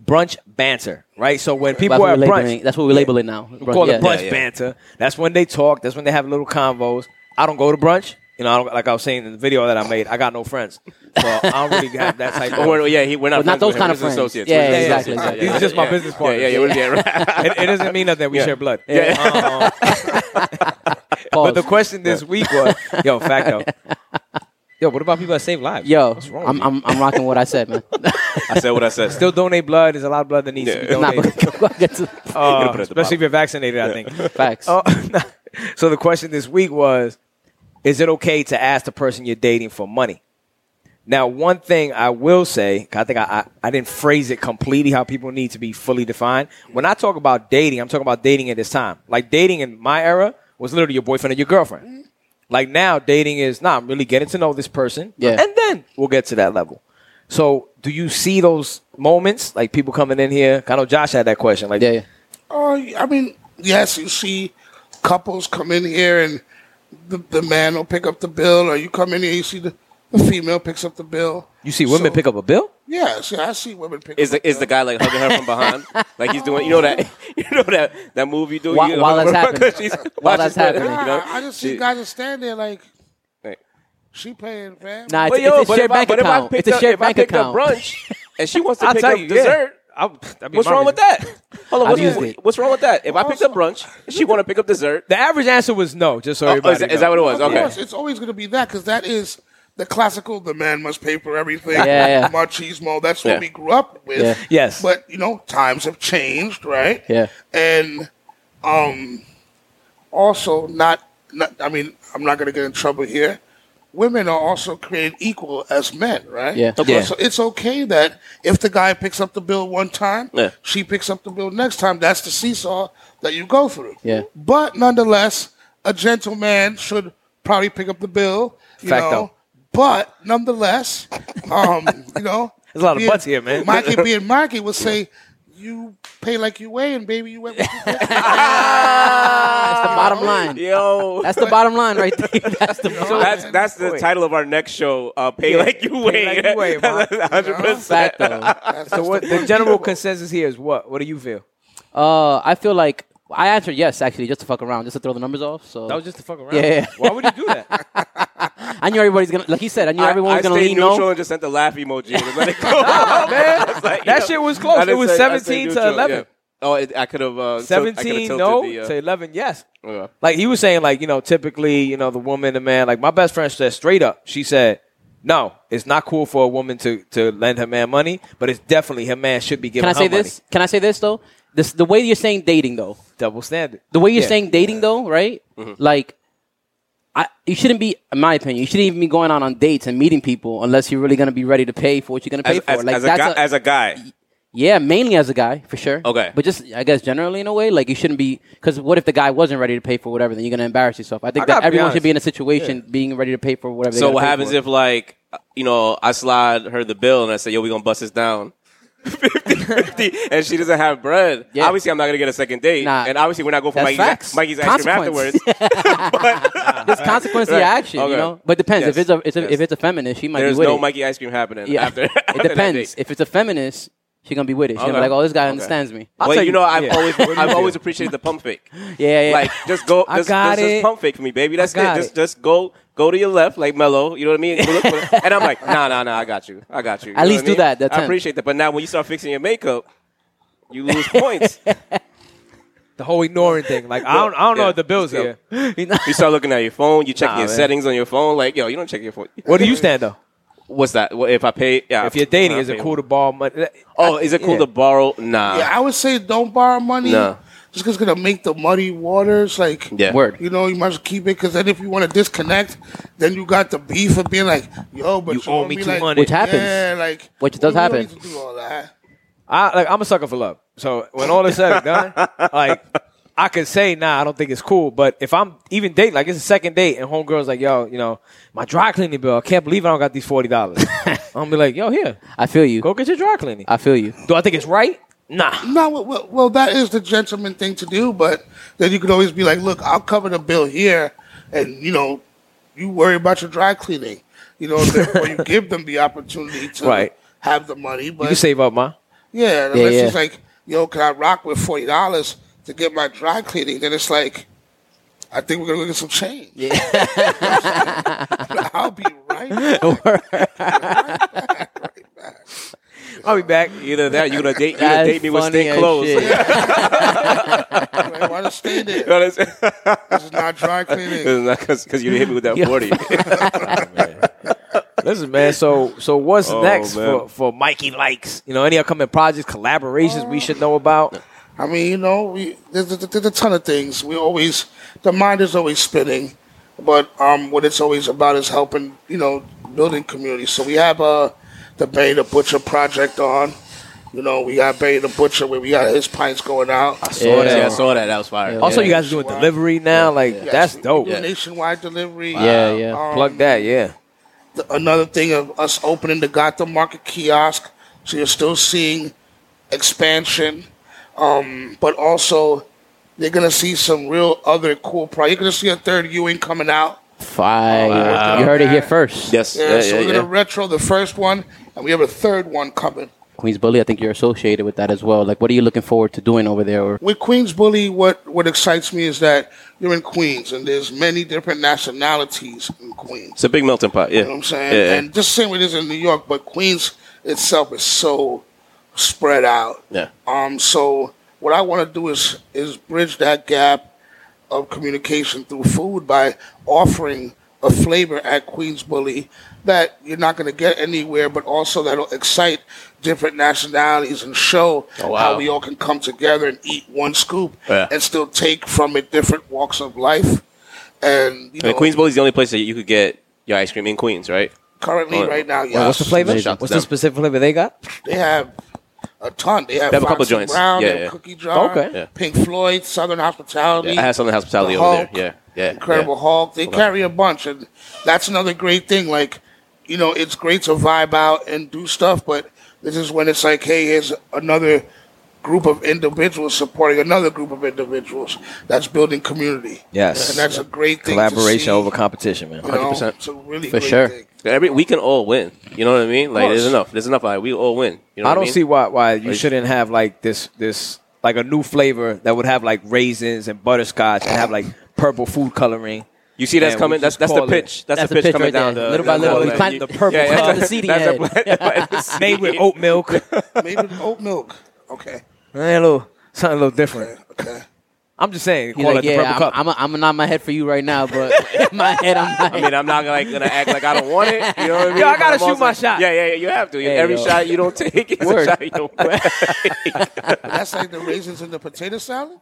Speaker 1: brunch banter, right? So when people
Speaker 3: that's,
Speaker 1: are
Speaker 3: what
Speaker 1: at
Speaker 3: we label
Speaker 1: brunch,
Speaker 3: it, that's what we label it now.
Speaker 1: we call it brunch
Speaker 4: yeah.
Speaker 1: banter. That's when they talk. That's when they have little convos. I don't go to brunch. You know, I don't, like I was saying in the video that I made, I got no friends, so I don't really have that type.
Speaker 4: But
Speaker 1: of
Speaker 4: [LAUGHS] we're, yeah, he, we're not
Speaker 3: But not
Speaker 4: friends with
Speaker 3: those
Speaker 4: him.
Speaker 3: kind
Speaker 4: We're
Speaker 3: of
Speaker 4: just
Speaker 3: friends.
Speaker 4: associates.
Speaker 3: Yeah,
Speaker 4: We're just
Speaker 3: yeah,
Speaker 4: associates. Yeah,
Speaker 3: exactly, exactly.
Speaker 4: yeah,
Speaker 1: These are just my
Speaker 4: yeah.
Speaker 1: business
Speaker 4: Yeah,
Speaker 1: partners.
Speaker 4: yeah, yeah. we're- yeah.
Speaker 3: [LAUGHS]
Speaker 1: it, it doesn't mean nothing. We share blood. Um,
Speaker 3: Pause.
Speaker 1: but the question this week was, yo, facto.
Speaker 4: [LAUGHS]
Speaker 1: Yo, what about people that save lives?
Speaker 3: Yo,
Speaker 1: what's wrong?
Speaker 3: I'm,
Speaker 1: with you?
Speaker 3: I'm, I'm rocking what I said, man. [LAUGHS]
Speaker 4: I said what I said.
Speaker 1: Still donate blood. There's a lot of blood that needs to be
Speaker 4: Yeah.
Speaker 3: Nah,
Speaker 1: donated,
Speaker 4: [LAUGHS]
Speaker 3: but- [LAUGHS] go get to the
Speaker 1: Uh,
Speaker 4: Gonna put it at
Speaker 1: especially
Speaker 4: the
Speaker 1: if
Speaker 4: bottom.
Speaker 1: you're vaccinated. I
Speaker 4: [LAUGHS]
Speaker 1: think.
Speaker 3: facts.
Speaker 1: Oh, [LAUGHS] so the question this week was: Is it okay to ask the person you're dating for money? Now, one thing I will say, 'cause I think I, I, I didn't phrase it completely how people need to be fully defined. When I talk about dating, I'm talking about dating at this time. Like dating in my era was literally your boyfriend and your girlfriend. Like now, dating is, nah, I'm really getting to know this person.
Speaker 3: Yeah.
Speaker 1: And then we'll get to that level. So do you see those moments, like people coming in here? I know Josh had that question. Like,
Speaker 3: Yeah, yeah.
Speaker 5: Oh, I mean, yes, you see couples come in here and the, the man will pick up the bill, or you come in here, you see the, the female picks up the bill.
Speaker 1: you see women
Speaker 5: So-
Speaker 1: pick up a bill?
Speaker 5: Yes, yeah, I see women pick
Speaker 4: Is
Speaker 5: up
Speaker 4: the is the guy like hugging her from behind, like he's doing? You know that [LAUGHS] you know that that move you do
Speaker 3: While-
Speaker 4: you know, [LAUGHS]
Speaker 3: while that's happening.
Speaker 4: she's
Speaker 3: While
Speaker 4: watching [LAUGHS]
Speaker 3: that's
Speaker 4: her,
Speaker 3: happening.
Speaker 5: bill.
Speaker 4: you know?
Speaker 5: Nah, I just
Speaker 4: She-
Speaker 5: see guys that stand there like,
Speaker 4: Hey.
Speaker 5: she paying, fam.
Speaker 3: Nah, it's,
Speaker 4: But yo,
Speaker 3: it's a
Speaker 4: but if
Speaker 3: shared
Speaker 4: I-
Speaker 3: bank
Speaker 4: but if I
Speaker 3: account.
Speaker 4: picked
Speaker 3: It's a
Speaker 4: up-
Speaker 3: shared
Speaker 4: if I
Speaker 3: bank
Speaker 4: picked up
Speaker 3: account.
Speaker 4: brunch, and she wants to
Speaker 1: I'll
Speaker 4: pick
Speaker 1: tell
Speaker 4: up
Speaker 1: you, yeah.
Speaker 4: dessert.
Speaker 1: I, that'd be
Speaker 4: What's
Speaker 1: my
Speaker 4: wrong with
Speaker 1: reason.
Speaker 4: that? Hold on,
Speaker 3: I've
Speaker 4: what's,
Speaker 3: used it.
Speaker 4: what's wrong with that? If I picked up brunch, she want to pick up dessert.
Speaker 1: The average answer was no, just so
Speaker 4: Oh,
Speaker 1: everybody
Speaker 4: is, that-
Speaker 1: knows.
Speaker 4: is that what it was?
Speaker 5: Of course,
Speaker 4: Okay.
Speaker 5: it's always going to be that because that is the classical. The man must pay for everything.
Speaker 3: Yeah, yeah.
Speaker 5: Machismo. That's
Speaker 4: Yeah.
Speaker 5: what we grew up with.
Speaker 3: Yeah.
Speaker 1: Yes.
Speaker 5: But you know, times have changed, right?
Speaker 3: Yeah.
Speaker 5: And um, also not. not I mean, I'm not going to get in trouble here. Women are also created equal as men, right?
Speaker 3: Yeah. Of
Speaker 1: course.
Speaker 5: So it's okay that if the guy picks up the bill one time,
Speaker 4: Yeah.
Speaker 5: she picks up the bill next time. That's the seesaw that you go through.
Speaker 3: Yeah.
Speaker 5: But nonetheless, a gentleman should probably pick up the bill. You
Speaker 1: Facto.
Speaker 5: know. But nonetheless, [LAUGHS] um, you know,
Speaker 1: There's a lot of butts here, man.
Speaker 5: Mikey
Speaker 1: [LAUGHS]
Speaker 5: being Mikey would say, "You pay like you weigh, and baby, you went." With
Speaker 1: [LAUGHS]
Speaker 5: you weigh."
Speaker 3: That's the bottom line.
Speaker 4: Yo, [LAUGHS]
Speaker 3: That's the bottom line right there. [LAUGHS] That's the
Speaker 4: that's that's the
Speaker 1: Wait.
Speaker 4: title of our next show. Uh, pay
Speaker 1: Yeah.
Speaker 4: like you
Speaker 1: Pay
Speaker 4: weigh.
Speaker 1: like you
Speaker 4: [LAUGHS]
Speaker 1: weigh, man.
Speaker 4: Hundred percent.
Speaker 3: fact, though.
Speaker 1: so what the general consensus here is what? What do you feel?
Speaker 3: Uh, I feel like I answered yes actually just to fuck around, just to throw the numbers off. So
Speaker 1: That was just to fuck around.
Speaker 3: Yeah, yeah.
Speaker 1: Why would you do [LAUGHS] that?
Speaker 4: [LAUGHS]
Speaker 3: I knew everybody's gonna, like he said, I knew
Speaker 4: I,
Speaker 3: everyone
Speaker 4: I
Speaker 3: was gonna
Speaker 4: stayed
Speaker 3: lean
Speaker 4: neutral
Speaker 3: no.
Speaker 4: and just sent the laugh emoji and just let
Speaker 3: [LAUGHS]
Speaker 4: it go. man,
Speaker 1: That shit was close. Oh, It was 17 to 11.
Speaker 4: Oh, it, I could have uh, tilt- I could have
Speaker 1: Seventeen,
Speaker 4: tilted
Speaker 1: no.
Speaker 4: the, uh,
Speaker 1: to eleven, yes.
Speaker 4: yeah.
Speaker 1: Like he was saying, like you know, typically, you know, the woman, the man. Like my best friend said straight up, she said, "No, it's not cool for a woman to to lend her man money, but it's definitely her man should be giving."
Speaker 3: Can I
Speaker 1: her
Speaker 3: say
Speaker 1: money."
Speaker 3: this? Can I say this though? This the way you're saying dating though.
Speaker 1: Double standard.
Speaker 3: The way you're
Speaker 1: Yeah.
Speaker 3: saying dating though, right?
Speaker 4: Mm-hmm.
Speaker 3: Like, I you shouldn't be, in my opinion, you shouldn't even be going out on dates and meeting people unless you're really gonna be ready to pay for what you're gonna pay
Speaker 4: As,
Speaker 3: for.
Speaker 4: as,
Speaker 3: like
Speaker 4: as, a guy,
Speaker 3: a-
Speaker 4: as a guy,
Speaker 3: Yeah, mainly as a guy, for sure.
Speaker 4: Okay.
Speaker 3: But just, I guess, generally in a way, like you shouldn't be, because what if the guy wasn't ready to pay for whatever? Then you're going to embarrass yourself. I think
Speaker 1: I
Speaker 3: that
Speaker 1: gotta be
Speaker 3: everyone
Speaker 1: honest.
Speaker 3: should be in a situation being ready to pay for whatever they
Speaker 4: So
Speaker 3: gotta
Speaker 4: what
Speaker 3: pay
Speaker 4: happens
Speaker 3: for.
Speaker 4: if like you know I slide her the bill and I say yo we gonna bust this down. [LAUGHS] 50, and she doesn't have bread.
Speaker 3: Yeah.
Speaker 4: Obviously, I'm not gonna get a second date,
Speaker 3: Nah.
Speaker 4: and obviously, we're not going for Mikey's,
Speaker 3: That's facts.
Speaker 4: Mikey's ice cream
Speaker 3: Consequence.
Speaker 4: afterwards.
Speaker 3: [LAUGHS]
Speaker 4: but
Speaker 3: There's consequence
Speaker 4: [LAUGHS]
Speaker 3: to
Speaker 4: Right.
Speaker 3: your action,
Speaker 4: Okay.
Speaker 3: you know? But it depends.
Speaker 4: Yes.
Speaker 3: If it's a it's a,
Speaker 4: Yes.
Speaker 3: if it's a feminist, she might
Speaker 4: there's
Speaker 3: be with
Speaker 4: no
Speaker 3: it.
Speaker 4: Mikey ice cream happening
Speaker 3: yeah.
Speaker 4: after. after
Speaker 3: it
Speaker 4: that date.
Speaker 3: depends. If it's a feminist, she's going to be with it. She's going to
Speaker 4: Okay.
Speaker 3: be like, oh, this guy
Speaker 4: Okay.
Speaker 3: understands me.
Speaker 1: I'll
Speaker 4: Well,
Speaker 1: tell
Speaker 4: you know, I've
Speaker 1: yeah.
Speaker 4: always
Speaker 1: What do you
Speaker 4: I've
Speaker 1: feel?
Speaker 4: always appreciated the pump fake.
Speaker 3: Yeah, yeah.
Speaker 4: Like just go,
Speaker 1: I
Speaker 4: just,
Speaker 1: got
Speaker 4: just, just
Speaker 1: it.
Speaker 4: pump fake for me, baby. That's good.
Speaker 3: got
Speaker 4: Just
Speaker 3: it.
Speaker 4: just go go to your left, like mellow. You know what I mean? Look- look- and I'm like, nah, nah, nah. I got you. I got you. You know
Speaker 3: least
Speaker 4: what I
Speaker 3: do
Speaker 4: mean?
Speaker 3: that, that
Speaker 4: I
Speaker 3: time.
Speaker 4: appreciate that. But now when you start fixing your makeup, you lose points.
Speaker 1: The whole ignoring thing. Like I don't, I don't know
Speaker 4: Yeah.
Speaker 1: what the bills
Speaker 4: Yeah.
Speaker 1: here. [LAUGHS]
Speaker 3: You know?
Speaker 4: You start looking at your phone. You check
Speaker 1: Nah,
Speaker 4: your
Speaker 1: man.
Speaker 4: settings on your phone. Like, yo, you don't check your phone.
Speaker 1: Where do you stand though?
Speaker 4: What's that? What, if I pay, yeah.
Speaker 1: If you're dating,
Speaker 4: I
Speaker 1: is it
Speaker 4: pay-
Speaker 1: cool to borrow money?
Speaker 4: Oh, is it cool
Speaker 1: Yeah.
Speaker 4: to borrow? Nah.
Speaker 5: yeah, I would say don't borrow money.
Speaker 4: No.
Speaker 5: Just 'cause it's gonna make the muddy waters. Like,
Speaker 4: Yeah.
Speaker 3: Word.
Speaker 5: You know, you must keep it because then if you want to disconnect, then you got the beef of being like, yo, but
Speaker 1: You
Speaker 5: you,
Speaker 1: owe me
Speaker 5: me like,
Speaker 1: 200.
Speaker 3: Which happens.
Speaker 5: Yeah, like
Speaker 3: Which does
Speaker 5: we don't
Speaker 3: happen.
Speaker 5: need to do all that.
Speaker 1: I like I'm a sucker for love. So when all is said and done, [LAUGHS] like I could say, nah, I don't think it's cool. But if I'm even dating, like it's a second date, and homegirl's like, yo, you know, my dry cleaning bill, I can't believe I don't got these forty [LAUGHS] dollars. I'm gonna be like, yo, here,
Speaker 3: I feel you.
Speaker 1: go get your dry cleaning.
Speaker 3: I feel you.
Speaker 1: Do I think it's right? Nah.
Speaker 5: No, well, well, well, that is the gentleman thing to do, but then you could always be like, look, I'll cover the bill here, and you know, you worry about your dry cleaning. You know, therefore you give them the opportunity to
Speaker 1: Right.
Speaker 5: have the money, but
Speaker 1: You can save up, ma.
Speaker 5: yeah, and unless
Speaker 3: yeah.
Speaker 5: it's like, yo, can I rock with forty dollars to get my dry cleaning? Then it's like, I think we're gonna go get some change. Yeah, [LAUGHS] I'll be right. back.
Speaker 1: I'll be back. [LAUGHS]
Speaker 4: Either that, you're gonna date, you're gonna
Speaker 3: That's
Speaker 4: date me with
Speaker 3: funny
Speaker 4: stink
Speaker 3: as
Speaker 4: clothes.
Speaker 3: shit.
Speaker 5: Like, why to stay
Speaker 4: [LAUGHS] You know
Speaker 5: there?
Speaker 4: what I'm saying? [LAUGHS]
Speaker 5: This is not dry cleaning.
Speaker 4: Because you hit me with that 40.
Speaker 1: Listen, man. So, so what's
Speaker 4: Oh,
Speaker 1: next
Speaker 4: man.
Speaker 1: for, for Mikey likes? You know, any upcoming projects, collaborations we should know about?
Speaker 5: I mean, you know, we, there's, there's, there's a ton of things. We always, the mind is always spinning, but um, what it's always about is helping, you know, building community. So we have uh, the Bay the Butcher project on. You know, we got Bay the Butcher where we got his pints going out. I
Speaker 1: saw that.
Speaker 4: Yeah, I saw that. That was fire.
Speaker 1: Also,
Speaker 3: Yeah.
Speaker 1: you guys are doing delivery now. Like that's dope.
Speaker 5: Nationwide delivery.
Speaker 3: Yeah, yeah.
Speaker 5: Um,
Speaker 1: Plug that, yeah.
Speaker 5: th- another thing of us opening the Gotham Market kiosk. So you're still seeing expansion, um, but also they're gonna see some real other cool products. You're gonna see a third Ewing coming out.
Speaker 3: Fire. You heard it here first.
Speaker 4: Yes.
Speaker 5: Yeah,
Speaker 4: Yeah, yeah,
Speaker 5: so we're
Speaker 4: yeah.
Speaker 5: gonna retro the first one, and we have a third one coming.
Speaker 3: Queens Bully, I think you're associated with that as well. Like, what are you looking forward to doing over there? Or
Speaker 5: With Queens Bully, what what excites me is that you're in Queens, and there's many different nationalities in Queens.
Speaker 4: It's a big melting pot. Yeah.
Speaker 5: You know what I'm saying?
Speaker 4: Yeah, yeah.
Speaker 5: And just the same way it is in New York, but Queens itself is so spread out.
Speaker 4: Yeah.
Speaker 5: Um, so what I want to do is is bridge that gap of communication through food by offering a flavor at Queens Bully that you're not going to get anywhere, but also that'll excite different nationalities and show how we all can come together and eat one scoop
Speaker 4: Oh, Yeah.
Speaker 5: and still take from it different walks of life. And you know,
Speaker 4: And Queens Bowl is the only place that you could get your ice cream in Queens, right?
Speaker 5: currently,
Speaker 4: Oh,
Speaker 5: right now,
Speaker 1: Wait,
Speaker 5: yes.
Speaker 1: what's the flavor?
Speaker 3: Amazing.
Speaker 1: What's the specific flavor they got?
Speaker 5: They have a ton. They have,
Speaker 4: They have a couple
Speaker 5: Foxy
Speaker 4: joints.
Speaker 5: Brown,
Speaker 4: Yeah,
Speaker 5: they have
Speaker 4: yeah.
Speaker 5: Cookie Jar,
Speaker 1: Okay.
Speaker 4: Yeah.
Speaker 5: Pink Floyd, Southern Hospitality.
Speaker 4: Yeah, I had Southern Hospitality
Speaker 5: The
Speaker 4: over
Speaker 5: Hulk,
Speaker 4: there. Yeah, yeah,
Speaker 5: Incredible
Speaker 4: yeah.
Speaker 5: Hulk. They carry a bunch, and that's another great thing. Like, you know, it's great to vibe out and do stuff, but this is when it's like, hey, here's another group of individuals supporting another group of individuals. That's building community.
Speaker 1: Yes.
Speaker 5: and that's a great thing. to see,
Speaker 1: Collaboration over competition, man.
Speaker 5: You know,
Speaker 4: 100%.
Speaker 5: It's a really
Speaker 3: For
Speaker 5: great
Speaker 3: sure.
Speaker 5: thing.
Speaker 4: Every we can all win. You know what I mean? Like there's
Speaker 5: course.
Speaker 4: enough. There's enough. Like we all win. You know
Speaker 1: I
Speaker 4: what
Speaker 1: don't
Speaker 4: mean?
Speaker 1: see why why you
Speaker 4: Like-
Speaker 1: shouldn't have like this this like a new flavor that would have like raisins and butterscotch and have like purple food coloring.
Speaker 4: You see that's
Speaker 1: Man, we
Speaker 4: coming. That's
Speaker 1: just
Speaker 4: that's the
Speaker 1: call it-
Speaker 4: pitch. That's, the pitch, coming
Speaker 3: right
Speaker 4: down.
Speaker 3: there.
Speaker 4: The,
Speaker 3: Little by
Speaker 4: the-
Speaker 3: little, we
Speaker 4: the-
Speaker 3: plant the purple cloud, the seed
Speaker 4: that's
Speaker 3: in
Speaker 1: [LAUGHS]
Speaker 4: the plan.
Speaker 1: Made with oat milk. [LAUGHS] Eh,
Speaker 5: Maybe with oat milk. Okay.
Speaker 1: a little, something a little different.
Speaker 4: [LAUGHS]
Speaker 5: Okay.
Speaker 1: I'm just saying,
Speaker 3: He's
Speaker 1: call
Speaker 3: like,
Speaker 1: it the purple
Speaker 3: yeah, I'm,
Speaker 1: cup.
Speaker 3: I'm, a, I'm a nod my head for you right
Speaker 4: [LAUGHS]
Speaker 3: now, but in my head, I'm not.
Speaker 4: I mean, I'm not like gonna act like I don't want it. You know what I mean?
Speaker 1: Yo, I
Speaker 4: But
Speaker 1: gotta
Speaker 4: I'm
Speaker 1: shoot my shot.
Speaker 4: Yeah, yeah, yeah. You have to.
Speaker 3: Hey,
Speaker 4: Every
Speaker 3: yo.
Speaker 4: shot you don't take is a
Speaker 3: Word.
Speaker 4: shot you don't.
Speaker 5: That's like the raisins in the potato salad.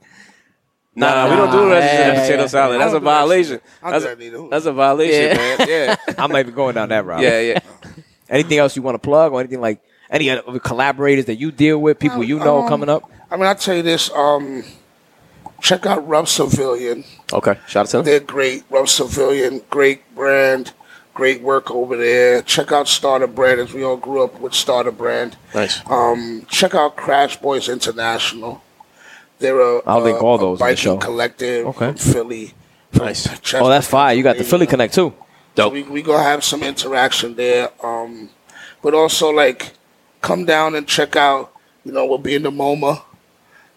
Speaker 4: Nah, we don't do
Speaker 3: Nah,
Speaker 4: that
Speaker 3: yeah,
Speaker 4: shit in the
Speaker 3: yeah,
Speaker 4: potato
Speaker 3: yeah.
Speaker 4: salad.
Speaker 5: I
Speaker 4: That's a
Speaker 5: don't do that
Speaker 4: violation.
Speaker 5: shit. I
Speaker 4: That's
Speaker 5: barely
Speaker 4: a,
Speaker 5: do.
Speaker 4: that's a violation,
Speaker 3: Yeah.
Speaker 4: man. Yeah,
Speaker 1: I might be going down that route.
Speaker 4: yeah, yeah.
Speaker 1: Anything else you want to plug or anything like any other collaborators that you deal with, people you know
Speaker 5: Um,
Speaker 1: coming up?
Speaker 5: I mean, I'll tell you this. Um, check out Rub Civilian.
Speaker 4: Okay, shout out to them.
Speaker 5: They're great. Rub Civilian, great brand, great work over there. Check out Starter Brand, as we all grew up with Starter Brand.
Speaker 4: Nice.
Speaker 5: Um, check out Crash Boys International. They're a,
Speaker 1: I'll link
Speaker 5: a-
Speaker 1: all
Speaker 5: a
Speaker 1: those in the
Speaker 5: biking
Speaker 1: show.
Speaker 5: collective
Speaker 1: Okay.
Speaker 5: from Philly. from
Speaker 4: Nice.
Speaker 5: Chester,
Speaker 1: Oh, that's fire. You got the Philly
Speaker 5: Pennsylvania.
Speaker 1: Connect too.
Speaker 4: Dope.
Speaker 5: We we gonna have some interaction there. Um, but also like come down and check out. You know, we'll be in the MoMA.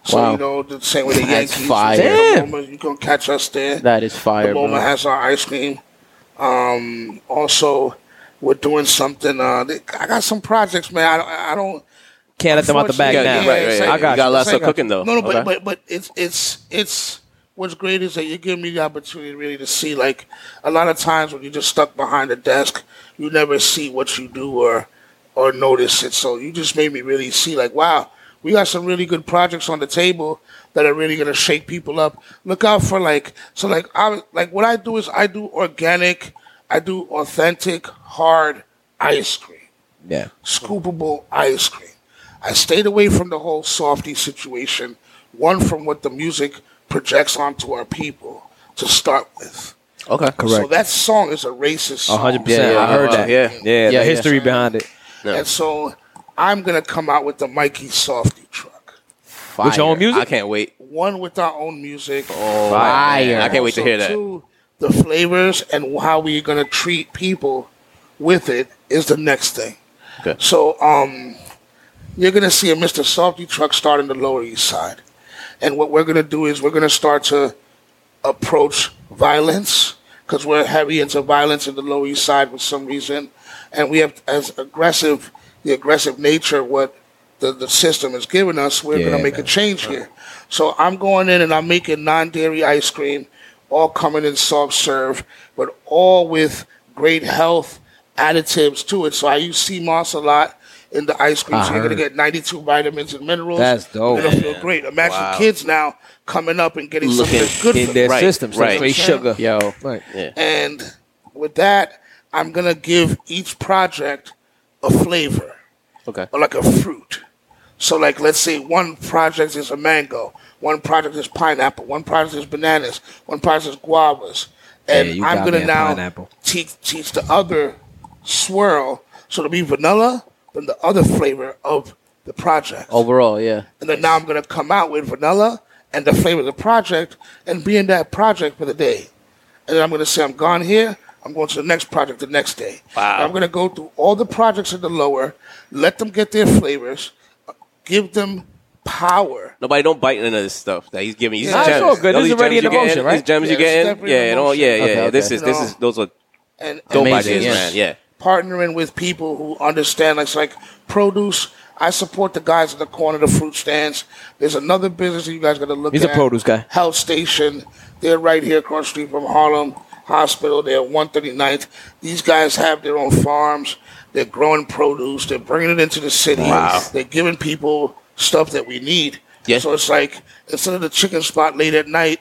Speaker 5: So
Speaker 3: Wow.
Speaker 5: you know the same way the
Speaker 3: That's
Speaker 5: Yankees.
Speaker 3: fire.
Speaker 5: The
Speaker 1: Damn.
Speaker 5: MoMA, you gonna catch us there.
Speaker 3: That is
Speaker 5: the
Speaker 3: fire,
Speaker 5: MoMA
Speaker 3: bro.
Speaker 5: has our ice cream. Um, also, we're doing something. Uh, they, I got some projects, man. I, don't- I don't.
Speaker 1: Can't let them out the bag
Speaker 4: Yeah,
Speaker 1: now.
Speaker 4: yeah, right, right,
Speaker 5: it's
Speaker 4: right.
Speaker 5: like-
Speaker 1: I got
Speaker 4: you got
Speaker 1: you.
Speaker 4: a lot of stuff
Speaker 5: It's like-
Speaker 4: cooking though.
Speaker 5: No, no, but,
Speaker 4: Okay.
Speaker 5: but but it's it's it's what's great is that you give me the opportunity really to see like a lot of times when you're just stuck behind a desk, you never see what you do or or notice it. So you just made me really see like wow, we got some really good projects on the table that are really gonna shake people up. Look out for like so like I like what I do is I do organic, I do authentic hard ice cream
Speaker 1: Yeah.
Speaker 5: scoopable ice cream. I stayed away from the whole softy situation, one from what the music projects onto our people to start with.
Speaker 4: Okay,
Speaker 5: So that song is a racist
Speaker 1: A
Speaker 5: song.
Speaker 1: hundred percent.
Speaker 4: yeah,
Speaker 1: I heard
Speaker 4: yeah,
Speaker 1: that.
Speaker 4: yeah.
Speaker 1: Yeah.
Speaker 3: Yeah,
Speaker 1: The history behind it.
Speaker 5: And so I'm going to come out with the Mikey Softy truck.
Speaker 3: Fire.
Speaker 1: With your own music?
Speaker 4: I can't wait.
Speaker 5: One with our own music.
Speaker 4: Oh,
Speaker 3: Fire.
Speaker 4: man. I can't wait to
Speaker 5: Also,
Speaker 4: hear that.
Speaker 5: two, the flavors and how we're going to treat people with it is the next thing.
Speaker 4: Okay.
Speaker 5: So um, you're going to see a Mr. Softy truck start in the Lower East Side. And what we're going to do is we're going to start to approach violence because we're heavy into violence in the Lower East Side for some reason. And we have as aggressive, the aggressive nature, what the, the system has given us, we're going
Speaker 1: Yeah,
Speaker 5: to make a change here. So I'm going in and I'm making non dairy ice cream, all coming in soft serve, but all with great health additives to it. So I use sea moss a lot in the ice cream.
Speaker 1: I
Speaker 5: so you're going
Speaker 1: heard.
Speaker 5: to get 92 vitamins and minerals.
Speaker 1: That's dope.
Speaker 5: You're going to feel great. Imagine kids now coming up and getting something
Speaker 4: Looking
Speaker 5: that's good
Speaker 1: In
Speaker 5: for
Speaker 1: their
Speaker 5: them.
Speaker 4: Right,
Speaker 1: system, so
Speaker 4: right.
Speaker 1: straight sugar.
Speaker 3: Yo.
Speaker 1: Right.
Speaker 5: And with that, I'm gonna give each project a flavor
Speaker 4: Okay.
Speaker 5: or like a fruit. So like let's say one project is a mango, one project is pineapple, one project is bananas, one project is guavas, and
Speaker 1: Yeah, you
Speaker 5: I'm
Speaker 1: got me
Speaker 5: gonna
Speaker 1: at
Speaker 5: now
Speaker 1: pineapple.
Speaker 5: teach teach the other swirl. So it'll be vanilla, then the other flavor of the project,
Speaker 3: Overall, yeah.
Speaker 5: and then now I'm gonna come out with vanilla and the flavor of the project, and be in that project for the day, and then I'm gonna say I'm gone here. I'm going to the next project the next day. Wow. I'm going to go through all the projects in the lower, let them get their flavors, give them power.
Speaker 4: Nobody don't bite into this stuff that he's giving. you. These
Speaker 5: Yeah,
Speaker 4: gems.
Speaker 5: it's
Speaker 1: all good.
Speaker 4: All
Speaker 1: This
Speaker 4: these
Speaker 1: is already
Speaker 4: gems
Speaker 1: in
Speaker 4: you
Speaker 1: motion,
Speaker 4: getting,
Speaker 1: right?
Speaker 4: These gems
Speaker 5: Yeah,
Speaker 4: you
Speaker 5: this is
Speaker 4: getting,
Speaker 5: definitely in
Speaker 4: yeah, and all,
Speaker 5: motion.
Speaker 4: yeah, yeah.
Speaker 3: Okay, okay.
Speaker 4: This is this is those are
Speaker 5: and
Speaker 4: dope
Speaker 3: Amazing,
Speaker 4: ideas,
Speaker 3: yes.
Speaker 4: man. Yeah.
Speaker 5: partnering with people who understand. Like, it's like produce. I support the guys in the corner, of the fruit stands. There's another business that you guys got to look
Speaker 1: He's
Speaker 5: at.
Speaker 1: a produce guy.
Speaker 5: Health Station. They're right here across the street from Harlem Hospital. They're 139th. These guys have their own farms. They're growing produce. They're bringing it into the city.
Speaker 4: Wow.
Speaker 5: They're giving people stuff that we need.
Speaker 4: Yeah.
Speaker 5: So it's like instead of the chicken spot late at night,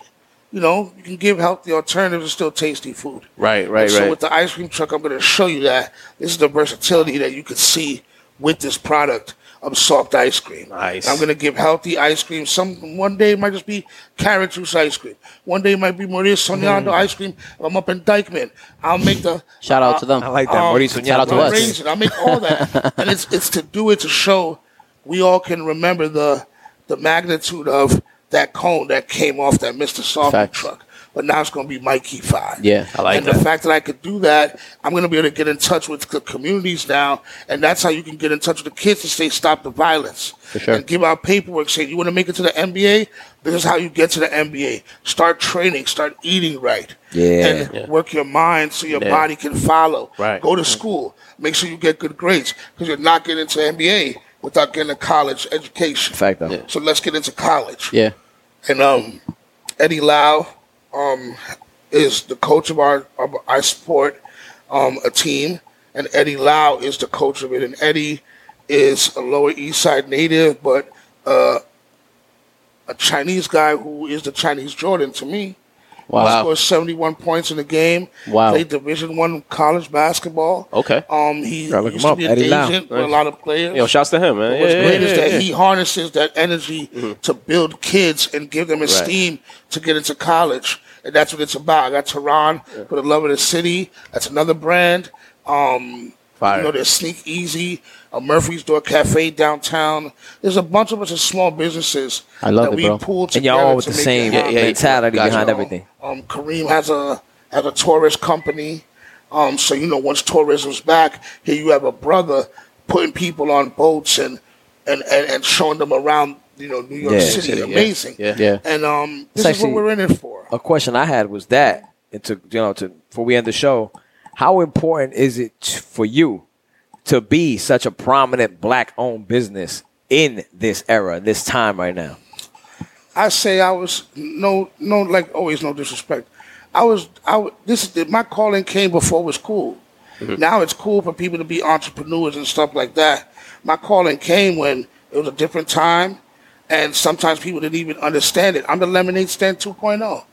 Speaker 5: you know, you can give healthy alternatives and still tasty food.
Speaker 4: Right, right,
Speaker 5: And so
Speaker 4: right.
Speaker 5: with the ice cream truck, I'm going to show you that this is the versatility that you can see with this product of soft ice cream.
Speaker 4: Nice.
Speaker 5: I'm going to give healthy ice cream. Some one day it might just be carrot juice ice cream. One day it might be Maria Sognando ice cream. If I'm up in Dykeman, I'll make the
Speaker 3: Mm. Shout out to them.
Speaker 1: I like that.
Speaker 5: Um,
Speaker 1: Mauricio
Speaker 3: shout out to
Speaker 1: Chalmers.
Speaker 3: us.
Speaker 5: arrange it. I'll make all that, and it's it's to do it to show we all can remember the the magnitude of that cone that came off that Mr. Soft
Speaker 3: Facts.
Speaker 5: truck. But now it's going to be Mikey Five.
Speaker 3: Yeah, I
Speaker 4: like
Speaker 5: and
Speaker 4: that.
Speaker 5: the fact that I could do that, I'm going to be able to get in touch with the communities now, and that's how you can get in touch with the kids to say stop the violence. For
Speaker 3: sure.
Speaker 5: And give out paperwork saying you want to make it to the NBA. This is how you get to the NBA. Start training. Start eating right.
Speaker 1: Yeah.
Speaker 5: And work your mind so your body can follow.
Speaker 4: Right.
Speaker 5: Go to school. Make sure you get good grades because you're not getting into NBA without getting a college education.
Speaker 1: Fact, though.
Speaker 5: So let's get into college.
Speaker 3: Yeah.
Speaker 5: And um, Eddie Lau um, is the coach of our. Of, I support um, a team, and Eddie Lau is the coach of it. And Eddie is a Lower East Side native, but uh, a Chinese guy who is the Chinese Jordan to me.
Speaker 3: Wow.
Speaker 5: Scored 71 points in the game.
Speaker 3: Wow.
Speaker 5: Played Division One college basketball.
Speaker 4: Okay.
Speaker 5: Um, he
Speaker 1: Gotta look
Speaker 5: used
Speaker 1: him
Speaker 5: to
Speaker 1: up.
Speaker 5: be an
Speaker 1: Eddie Lau.
Speaker 5: agent with a lot of players.
Speaker 4: Yo, shouts to him, man.
Speaker 5: What's
Speaker 4: Yeah,
Speaker 5: great
Speaker 4: yeah,
Speaker 5: is
Speaker 4: yeah, Mm-hmm.
Speaker 5: that
Speaker 4: yeah.
Speaker 5: he harnesses that energy to build kids and give them esteem to get into college. And that's what it's about. I got Tehran for the love of the city. That's another brand. Um,
Speaker 4: Fire.
Speaker 5: You know, there's Sneak Easy, a Murphy's Door Cafe downtown. There's a bunch of us of small businesses
Speaker 3: I love
Speaker 5: that
Speaker 3: it,
Speaker 5: we
Speaker 3: bro.
Speaker 5: pull
Speaker 1: And
Speaker 5: together.
Speaker 1: y'all all with
Speaker 5: to
Speaker 1: the
Speaker 5: make
Speaker 1: same
Speaker 5: it happen.
Speaker 4: yeah,
Speaker 1: mentality
Speaker 4: gotcha.
Speaker 1: behind
Speaker 5: You know,
Speaker 1: everything.
Speaker 5: Um, Kareem has a has a tourist company. Um, so you know, once tourism's back, here you have a brother putting people on boats and and, and, and showing them around, you know, New York
Speaker 1: Yeah.
Speaker 5: City.
Speaker 4: City, yeah,
Speaker 5: Amazing.
Speaker 4: yeah.
Speaker 3: Yeah.
Speaker 5: And um, this
Speaker 1: It's
Speaker 5: is what
Speaker 1: actually-
Speaker 5: we're in it for.
Speaker 1: a question I had was that, and to you know, to before we end the show, how important is it t- for you to be such a prominent black-owned business in this era, this time right now?
Speaker 5: I say I was no no like always no disrespect. I was I w- this is the- my calling came before it was cool. Now it's cool for people to be entrepreneurs and stuff like that. My calling came when it was a different time, and sometimes people didn't even understand it. I'm the lemonade stand 2.0. So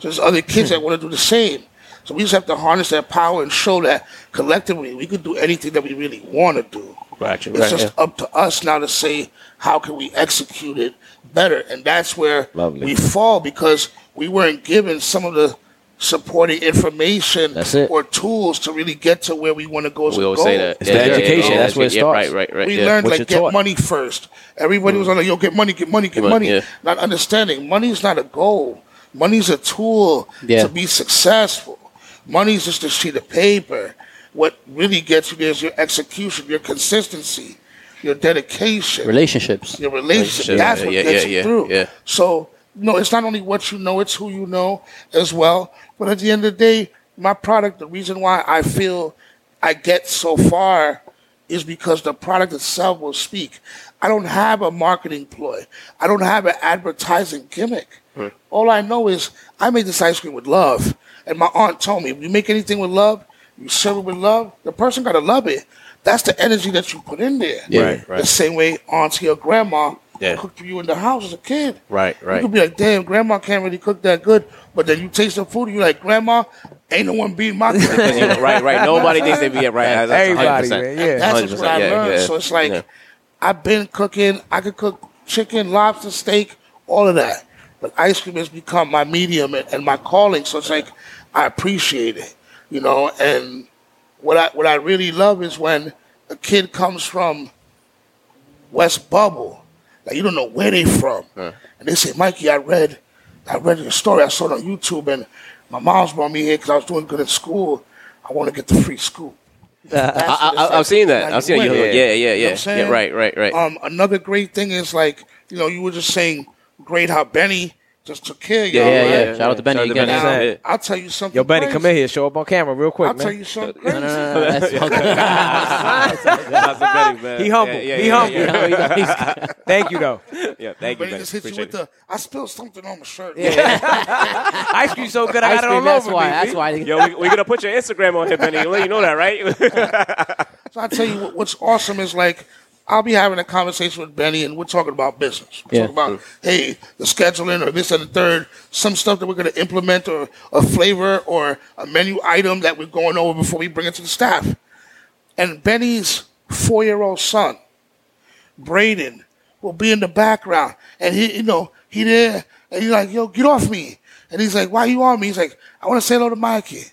Speaker 5: there's other kids that want to do the same. So we just have to harness that power and show that collectively we could do anything that we really want to do.
Speaker 4: Gotcha,
Speaker 5: It's
Speaker 4: right,
Speaker 5: just
Speaker 4: yeah.
Speaker 5: up to us now to say how can we execute it better, and that's where
Speaker 1: Lovely.
Speaker 5: we fall because we weren't given some of the supporting information
Speaker 1: That's it.
Speaker 5: or tools to really get to where we want to go. as
Speaker 4: We
Speaker 5: a
Speaker 4: always
Speaker 5: goal.
Speaker 4: say that.
Speaker 1: It's the education. That's where it
Speaker 4: yeah,
Speaker 1: starts.
Speaker 4: Right, right, right.
Speaker 5: We
Speaker 4: yeah.
Speaker 5: learned
Speaker 1: what
Speaker 5: like
Speaker 1: you're
Speaker 5: get
Speaker 1: taught.
Speaker 5: money first. Everybody was on like, yo, get money, get money, get
Speaker 4: money,
Speaker 5: money.
Speaker 4: yeah.
Speaker 5: Not understanding money's not a goal. Money's a tool
Speaker 3: Yeah.
Speaker 5: to be successful. Money's just a sheet of paper. What really gets you there is your execution, your consistency, your dedication
Speaker 3: Relationships.
Speaker 5: your relationship.
Speaker 4: Relationship,
Speaker 5: That's
Speaker 4: yeah,
Speaker 5: what
Speaker 4: yeah,
Speaker 5: gets
Speaker 4: yeah,
Speaker 5: you
Speaker 4: yeah,
Speaker 5: through.
Speaker 4: yeah.
Speaker 5: So no, it's not only what you know, it's who you know as well. But at the end of the day, my product, the reason why I feel I get so far is because the product itself will speak. I don't have a marketing ploy. I don't have an advertising gimmick.
Speaker 4: Hmm.
Speaker 5: All I know is I made this ice cream with love. And my aunt told me, if you make anything with love, you serve it with love, the person gotta love it. That's the energy that you put in there.
Speaker 3: Yeah. Right,
Speaker 4: right.
Speaker 5: The same way auntie or grandma
Speaker 4: Yeah.
Speaker 5: cooked for you in the house as a kid.
Speaker 4: Right,
Speaker 5: You
Speaker 4: right.
Speaker 5: could be like, damn, grandma can't really cook that good. But then you taste the food and you're like, grandma ain't no one
Speaker 4: [LAUGHS]
Speaker 5: beating my crib.
Speaker 4: You know, right, right. Nobody thinks they be at right. That's- that's
Speaker 1: Everybody,
Speaker 4: 100%.
Speaker 1: man, yeah.
Speaker 5: That's just
Speaker 4: 100%,
Speaker 5: what I
Speaker 4: yeah,
Speaker 5: learned.
Speaker 4: yeah.
Speaker 5: So it's like
Speaker 4: Yeah.
Speaker 5: I've been cooking. I could cook chicken, lobster, steak, all of that. But ice cream has become my medium and, and my calling. So it's like I appreciate it, you know. And what I what I really love is when a kid comes from West Bubble, like you don't know where they from, and they say, "Mikey, I read, I read your story. I saw it on YouTube, and my mom's brought me here because I was doing good in school. I want to get the free scoop."
Speaker 4: I, I, I've seen that.
Speaker 5: Like,
Speaker 4: I've seen that.
Speaker 5: wait.
Speaker 4: Yeah, yeah, yeah,
Speaker 5: You know what
Speaker 4: yeah.
Speaker 5: I'm saying?
Speaker 4: yeah right, right, right.
Speaker 5: Um, another great thing is like you know you were just saying great how Benny just took care of y'all.
Speaker 3: yeah, yeah.
Speaker 5: right?
Speaker 3: Shout out to Benny again.
Speaker 1: Benny.
Speaker 5: Now,
Speaker 1: Yeah.
Speaker 5: I'll tell you something.
Speaker 1: Yo, Benny,
Speaker 5: crazy.
Speaker 1: come in here. Show up on camera real quick,
Speaker 5: I'll
Speaker 1: man.
Speaker 5: tell you something crazy.
Speaker 4: That's the betting, man.
Speaker 1: He humble.
Speaker 4: Yeah, yeah,
Speaker 1: He
Speaker 4: yeah,
Speaker 1: humble.
Speaker 4: Yeah,
Speaker 1: [LAUGHS] Thank you, though.
Speaker 4: yeah. Thank you,
Speaker 5: Benny
Speaker 4: man.
Speaker 5: just hit you
Speaker 4: Appreciate
Speaker 5: with
Speaker 4: it.
Speaker 5: the I spilled something on my shirt.
Speaker 1: Ice cream's so good, I
Speaker 3: Ice
Speaker 1: got it all
Speaker 3: cream, that's
Speaker 1: over
Speaker 3: why.
Speaker 1: me.
Speaker 3: That's
Speaker 1: B.
Speaker 3: why.
Speaker 4: Yo, we're we gonna put your Instagram on here, Benny. Let you know
Speaker 1: [LAUGHS]
Speaker 4: that, right?
Speaker 5: So I tell you what, what's awesome is like I'll be having a conversation with Benny and we're talking about business. We're
Speaker 3: Yeah.
Speaker 5: talking about hey, the scheduling or this and the third, some stuff that we're gonna implement or a flavor or a menu item that we're going over before we bring it to the staff. And Benny's four year old son, Braden, will be in the background and he you know, he there and he's like, Yo, get off me and he's like, Why you on me? He's like, I wanna say hello to Mikey.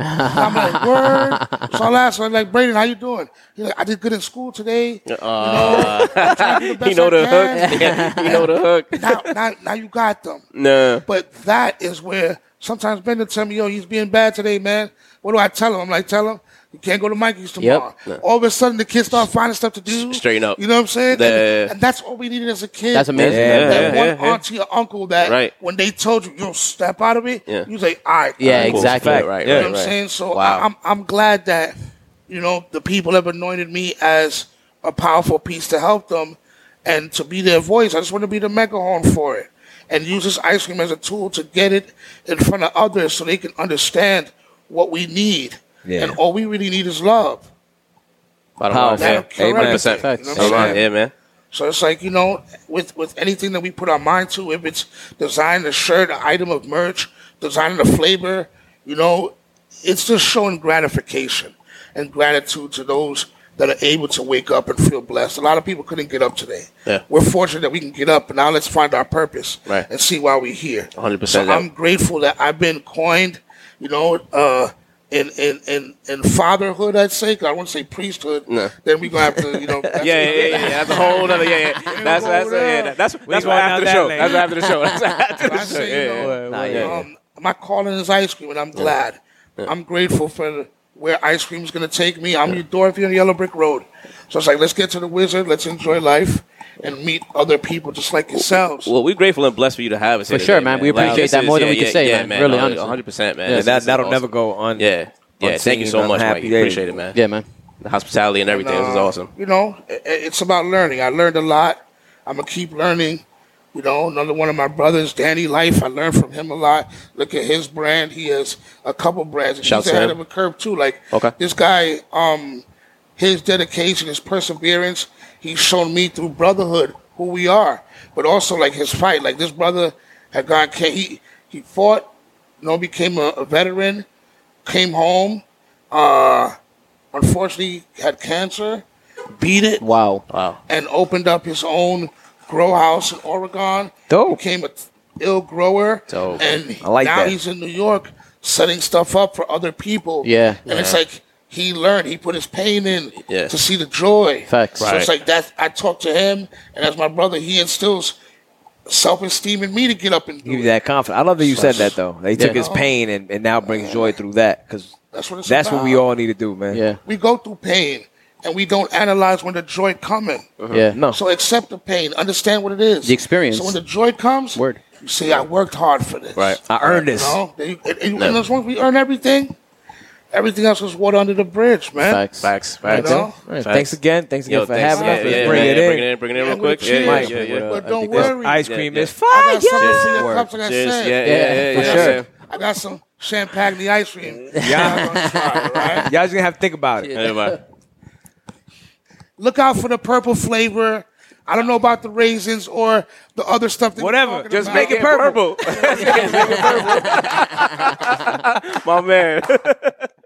Speaker 5: I'm like,
Speaker 4: [LAUGHS]
Speaker 5: word. So I laugh. So I'm like, Braden, how you doing? He's like, I did good in school today. You know, I'm trying to do the best
Speaker 4: Uh, [LAUGHS] He know
Speaker 5: I
Speaker 4: the
Speaker 5: can.
Speaker 4: hook. Yeah, He know the hook.
Speaker 5: Now, now, now you got them.
Speaker 4: No.
Speaker 5: But that is where sometimes Bender tell me, yo, he's being bad today, man. What do I tell him? I'm like, tell him you can't go to Mikey's tomorrow. All of a sudden, the kids start finding stuff to do.
Speaker 4: Straighten up.
Speaker 5: You know what I'm saying?
Speaker 4: Yeah.
Speaker 5: And, and that's all we needed as a kid.
Speaker 3: That's amazing.
Speaker 1: Yeah.
Speaker 3: man.
Speaker 5: That
Speaker 4: Yeah,
Speaker 5: one
Speaker 4: yeah, yeah.
Speaker 5: auntie or uncle that
Speaker 4: Right.
Speaker 5: when they told you, yo, step out of it,
Speaker 4: Yeah.
Speaker 5: you say, all right.
Speaker 3: Yeah,
Speaker 4: Cool.
Speaker 3: exactly.
Speaker 4: Fact, Right,
Speaker 1: You
Speaker 5: You
Speaker 4: right,
Speaker 5: know what
Speaker 4: right.
Speaker 5: I'm saying? So
Speaker 4: Wow.
Speaker 5: I, I'm I'm glad that you know the people have anointed me as a powerful piece to help them and to be their voice. I just want to be the megaphone for it and use this ice cream as a tool to get it in front of others so they can understand what we need.
Speaker 1: Yeah.
Speaker 5: And all we really need is love.
Speaker 4: Bottom
Speaker 3: Powerful.
Speaker 4: line,
Speaker 5: Amen.
Speaker 4: hundred percent.
Speaker 5: Facts.
Speaker 4: Bottom line, yeah, man.
Speaker 5: So it's like you know, with with anything that we put our mind to, if it's design a shirt, an item of merch, designing a flavor, you know, it's just showing gratification and gratitude to those that are able to wake up and feel blessed. A lot of people couldn't get up today.
Speaker 4: Yeah.
Speaker 5: We're fortunate that we can get up, but now let's find our purpose
Speaker 4: Right.
Speaker 5: and see why we're here.
Speaker 4: 100%
Speaker 5: So
Speaker 4: that-
Speaker 5: I'm grateful that I've been coined, you know, uh, in, in, in, in fatherhood, I'd say, 'cause I wouldn't say priesthood.
Speaker 4: No.
Speaker 5: Then we're going to have to,
Speaker 4: [LAUGHS]
Speaker 5: you know. that's-
Speaker 4: Yeah, yeah, yeah, yeah. That's a whole other. Yeah, yeah. That's that's yeah. That's that's,
Speaker 1: We
Speaker 4: that's
Speaker 1: going
Speaker 4: after the
Speaker 1: down
Speaker 4: show.
Speaker 1: that
Speaker 4: That's after the show. That's after
Speaker 5: I
Speaker 4: the show.
Speaker 5: say,
Speaker 4: Yeah,
Speaker 5: you
Speaker 4: yeah.
Speaker 5: know,
Speaker 1: Nah,
Speaker 4: yeah,
Speaker 5: um, my calling is ice cream, and I'm glad. I'm grateful for where ice cream is going to take me. I'm your Dorothy on Yellow Brick Road. So it's like, let's get to the wizard, let's enjoy life, and meet other people just like yourselves.
Speaker 4: Well, we're grateful and blessed for you to have us.
Speaker 3: For sure, man. We appreciate that more than we can say,
Speaker 4: yeah,
Speaker 3: man. Really, honestly.
Speaker 4: 100 percent, man.
Speaker 3: Yeah,
Speaker 4: This
Speaker 1: That,
Speaker 4: is
Speaker 1: that'll
Speaker 4: awesome.
Speaker 1: never go on.
Speaker 4: Yeah, yeah. Thank
Speaker 1: unseen,
Speaker 4: you so much,
Speaker 1: unhappy.
Speaker 4: Mike.
Speaker 1: Yeah.
Speaker 4: Appreciate it, man.
Speaker 3: Yeah, man.
Speaker 4: The hospitality and everything. This is
Speaker 5: Uh,
Speaker 4: awesome.
Speaker 5: You know, i- i- it's about learning. I learned a lot. I'm gonna keep learning. You know, another one of my brothers, Danny Life. I learned from him a lot. Look at his brand. He has a couple brands.
Speaker 4: Shouts
Speaker 5: He's
Speaker 4: to
Speaker 5: ahead
Speaker 4: him.
Speaker 5: of a curve too. Like
Speaker 4: Okay.
Speaker 5: this guy, um, his dedication, his perseverance. He's shown me through brotherhood who we are, but also like his fight. Like this brother had gone. ca- He he fought. You know, became a, a veteran. Came home. Uh, unfortunately, had cancer. Beat it
Speaker 3: Wow.
Speaker 4: Wow.
Speaker 5: and opened up his own grow house in Oregon.
Speaker 1: Dope.
Speaker 5: Became a ill grower.
Speaker 4: Dope.
Speaker 5: And he-
Speaker 1: I like
Speaker 5: now
Speaker 1: that.
Speaker 5: he's in New York setting stuff up for other people.
Speaker 3: Yeah.
Speaker 5: And it's like he learned. He put his pain in
Speaker 4: Yeah.
Speaker 5: to see the joy.
Speaker 3: Facts.
Speaker 5: So
Speaker 4: Right.
Speaker 5: it's like that. I talked to him, and as my brother, he instills self esteem in me to get up and do
Speaker 1: Give you
Speaker 5: it.
Speaker 1: that confidence. I love that you said that though. They took
Speaker 3: Yeah.
Speaker 1: his pain and, and now brings joy through that because
Speaker 5: That's what it's
Speaker 1: that's what we
Speaker 5: about.
Speaker 1: all need to do, man.
Speaker 3: Yeah.
Speaker 5: We go through pain, and we don't analyze when the joy coming.
Speaker 3: Yeah.
Speaker 1: No.
Speaker 5: So accept the pain. Understand what it is.
Speaker 3: The experience.
Speaker 5: So when the joy comes,
Speaker 3: Word.
Speaker 5: you say, I worked hard for this.
Speaker 4: Right.
Speaker 1: I earned
Speaker 5: You
Speaker 1: this.
Speaker 5: know? And, you- and, and as long as we earn everything, everything else is water under the bridge, man.
Speaker 3: Facts.
Speaker 4: Facts.
Speaker 5: You
Speaker 4: Facts.
Speaker 5: know?
Speaker 1: All right, Thanks again. Thanks again
Speaker 4: Yo,
Speaker 1: for
Speaker 4: thanks.
Speaker 1: having
Speaker 4: Yeah,
Speaker 1: us. Let's
Speaker 4: yeah,
Speaker 1: bring
Speaker 4: yeah,
Speaker 1: it
Speaker 4: Bring
Speaker 1: in.
Speaker 4: it in. Bring it in
Speaker 5: Yeah,
Speaker 4: real
Speaker 5: we'll
Speaker 4: quick. Yeah,
Speaker 5: cheers.
Speaker 4: yeah,
Speaker 1: Mike,
Speaker 4: yeah, yeah.
Speaker 5: But
Speaker 1: I
Speaker 5: don't
Speaker 1: think this
Speaker 5: worry.
Speaker 1: Ice cream
Speaker 4: Yeah,
Speaker 1: is
Speaker 5: I
Speaker 1: fire.
Speaker 5: got something for your cups, like I
Speaker 4: Cheers. Yeah,
Speaker 5: said.
Speaker 4: yeah, yeah,
Speaker 3: for
Speaker 4: yeah,
Speaker 3: sure.
Speaker 4: yeah.
Speaker 5: I got some champagne ice cream.
Speaker 1: Yeah.
Speaker 5: Y'all gonna try,
Speaker 1: [LAUGHS]
Speaker 5: right?
Speaker 1: Y'all just gonna have to think about it.
Speaker 4: Everybody.
Speaker 5: Look out for the purple flavor. I don't know about the raisins or the other stuff. That you're
Speaker 1: Whatever.
Speaker 5: talking
Speaker 1: Just
Speaker 5: about.
Speaker 1: make it purple. [LAUGHS]
Speaker 4: [LAUGHS] My man.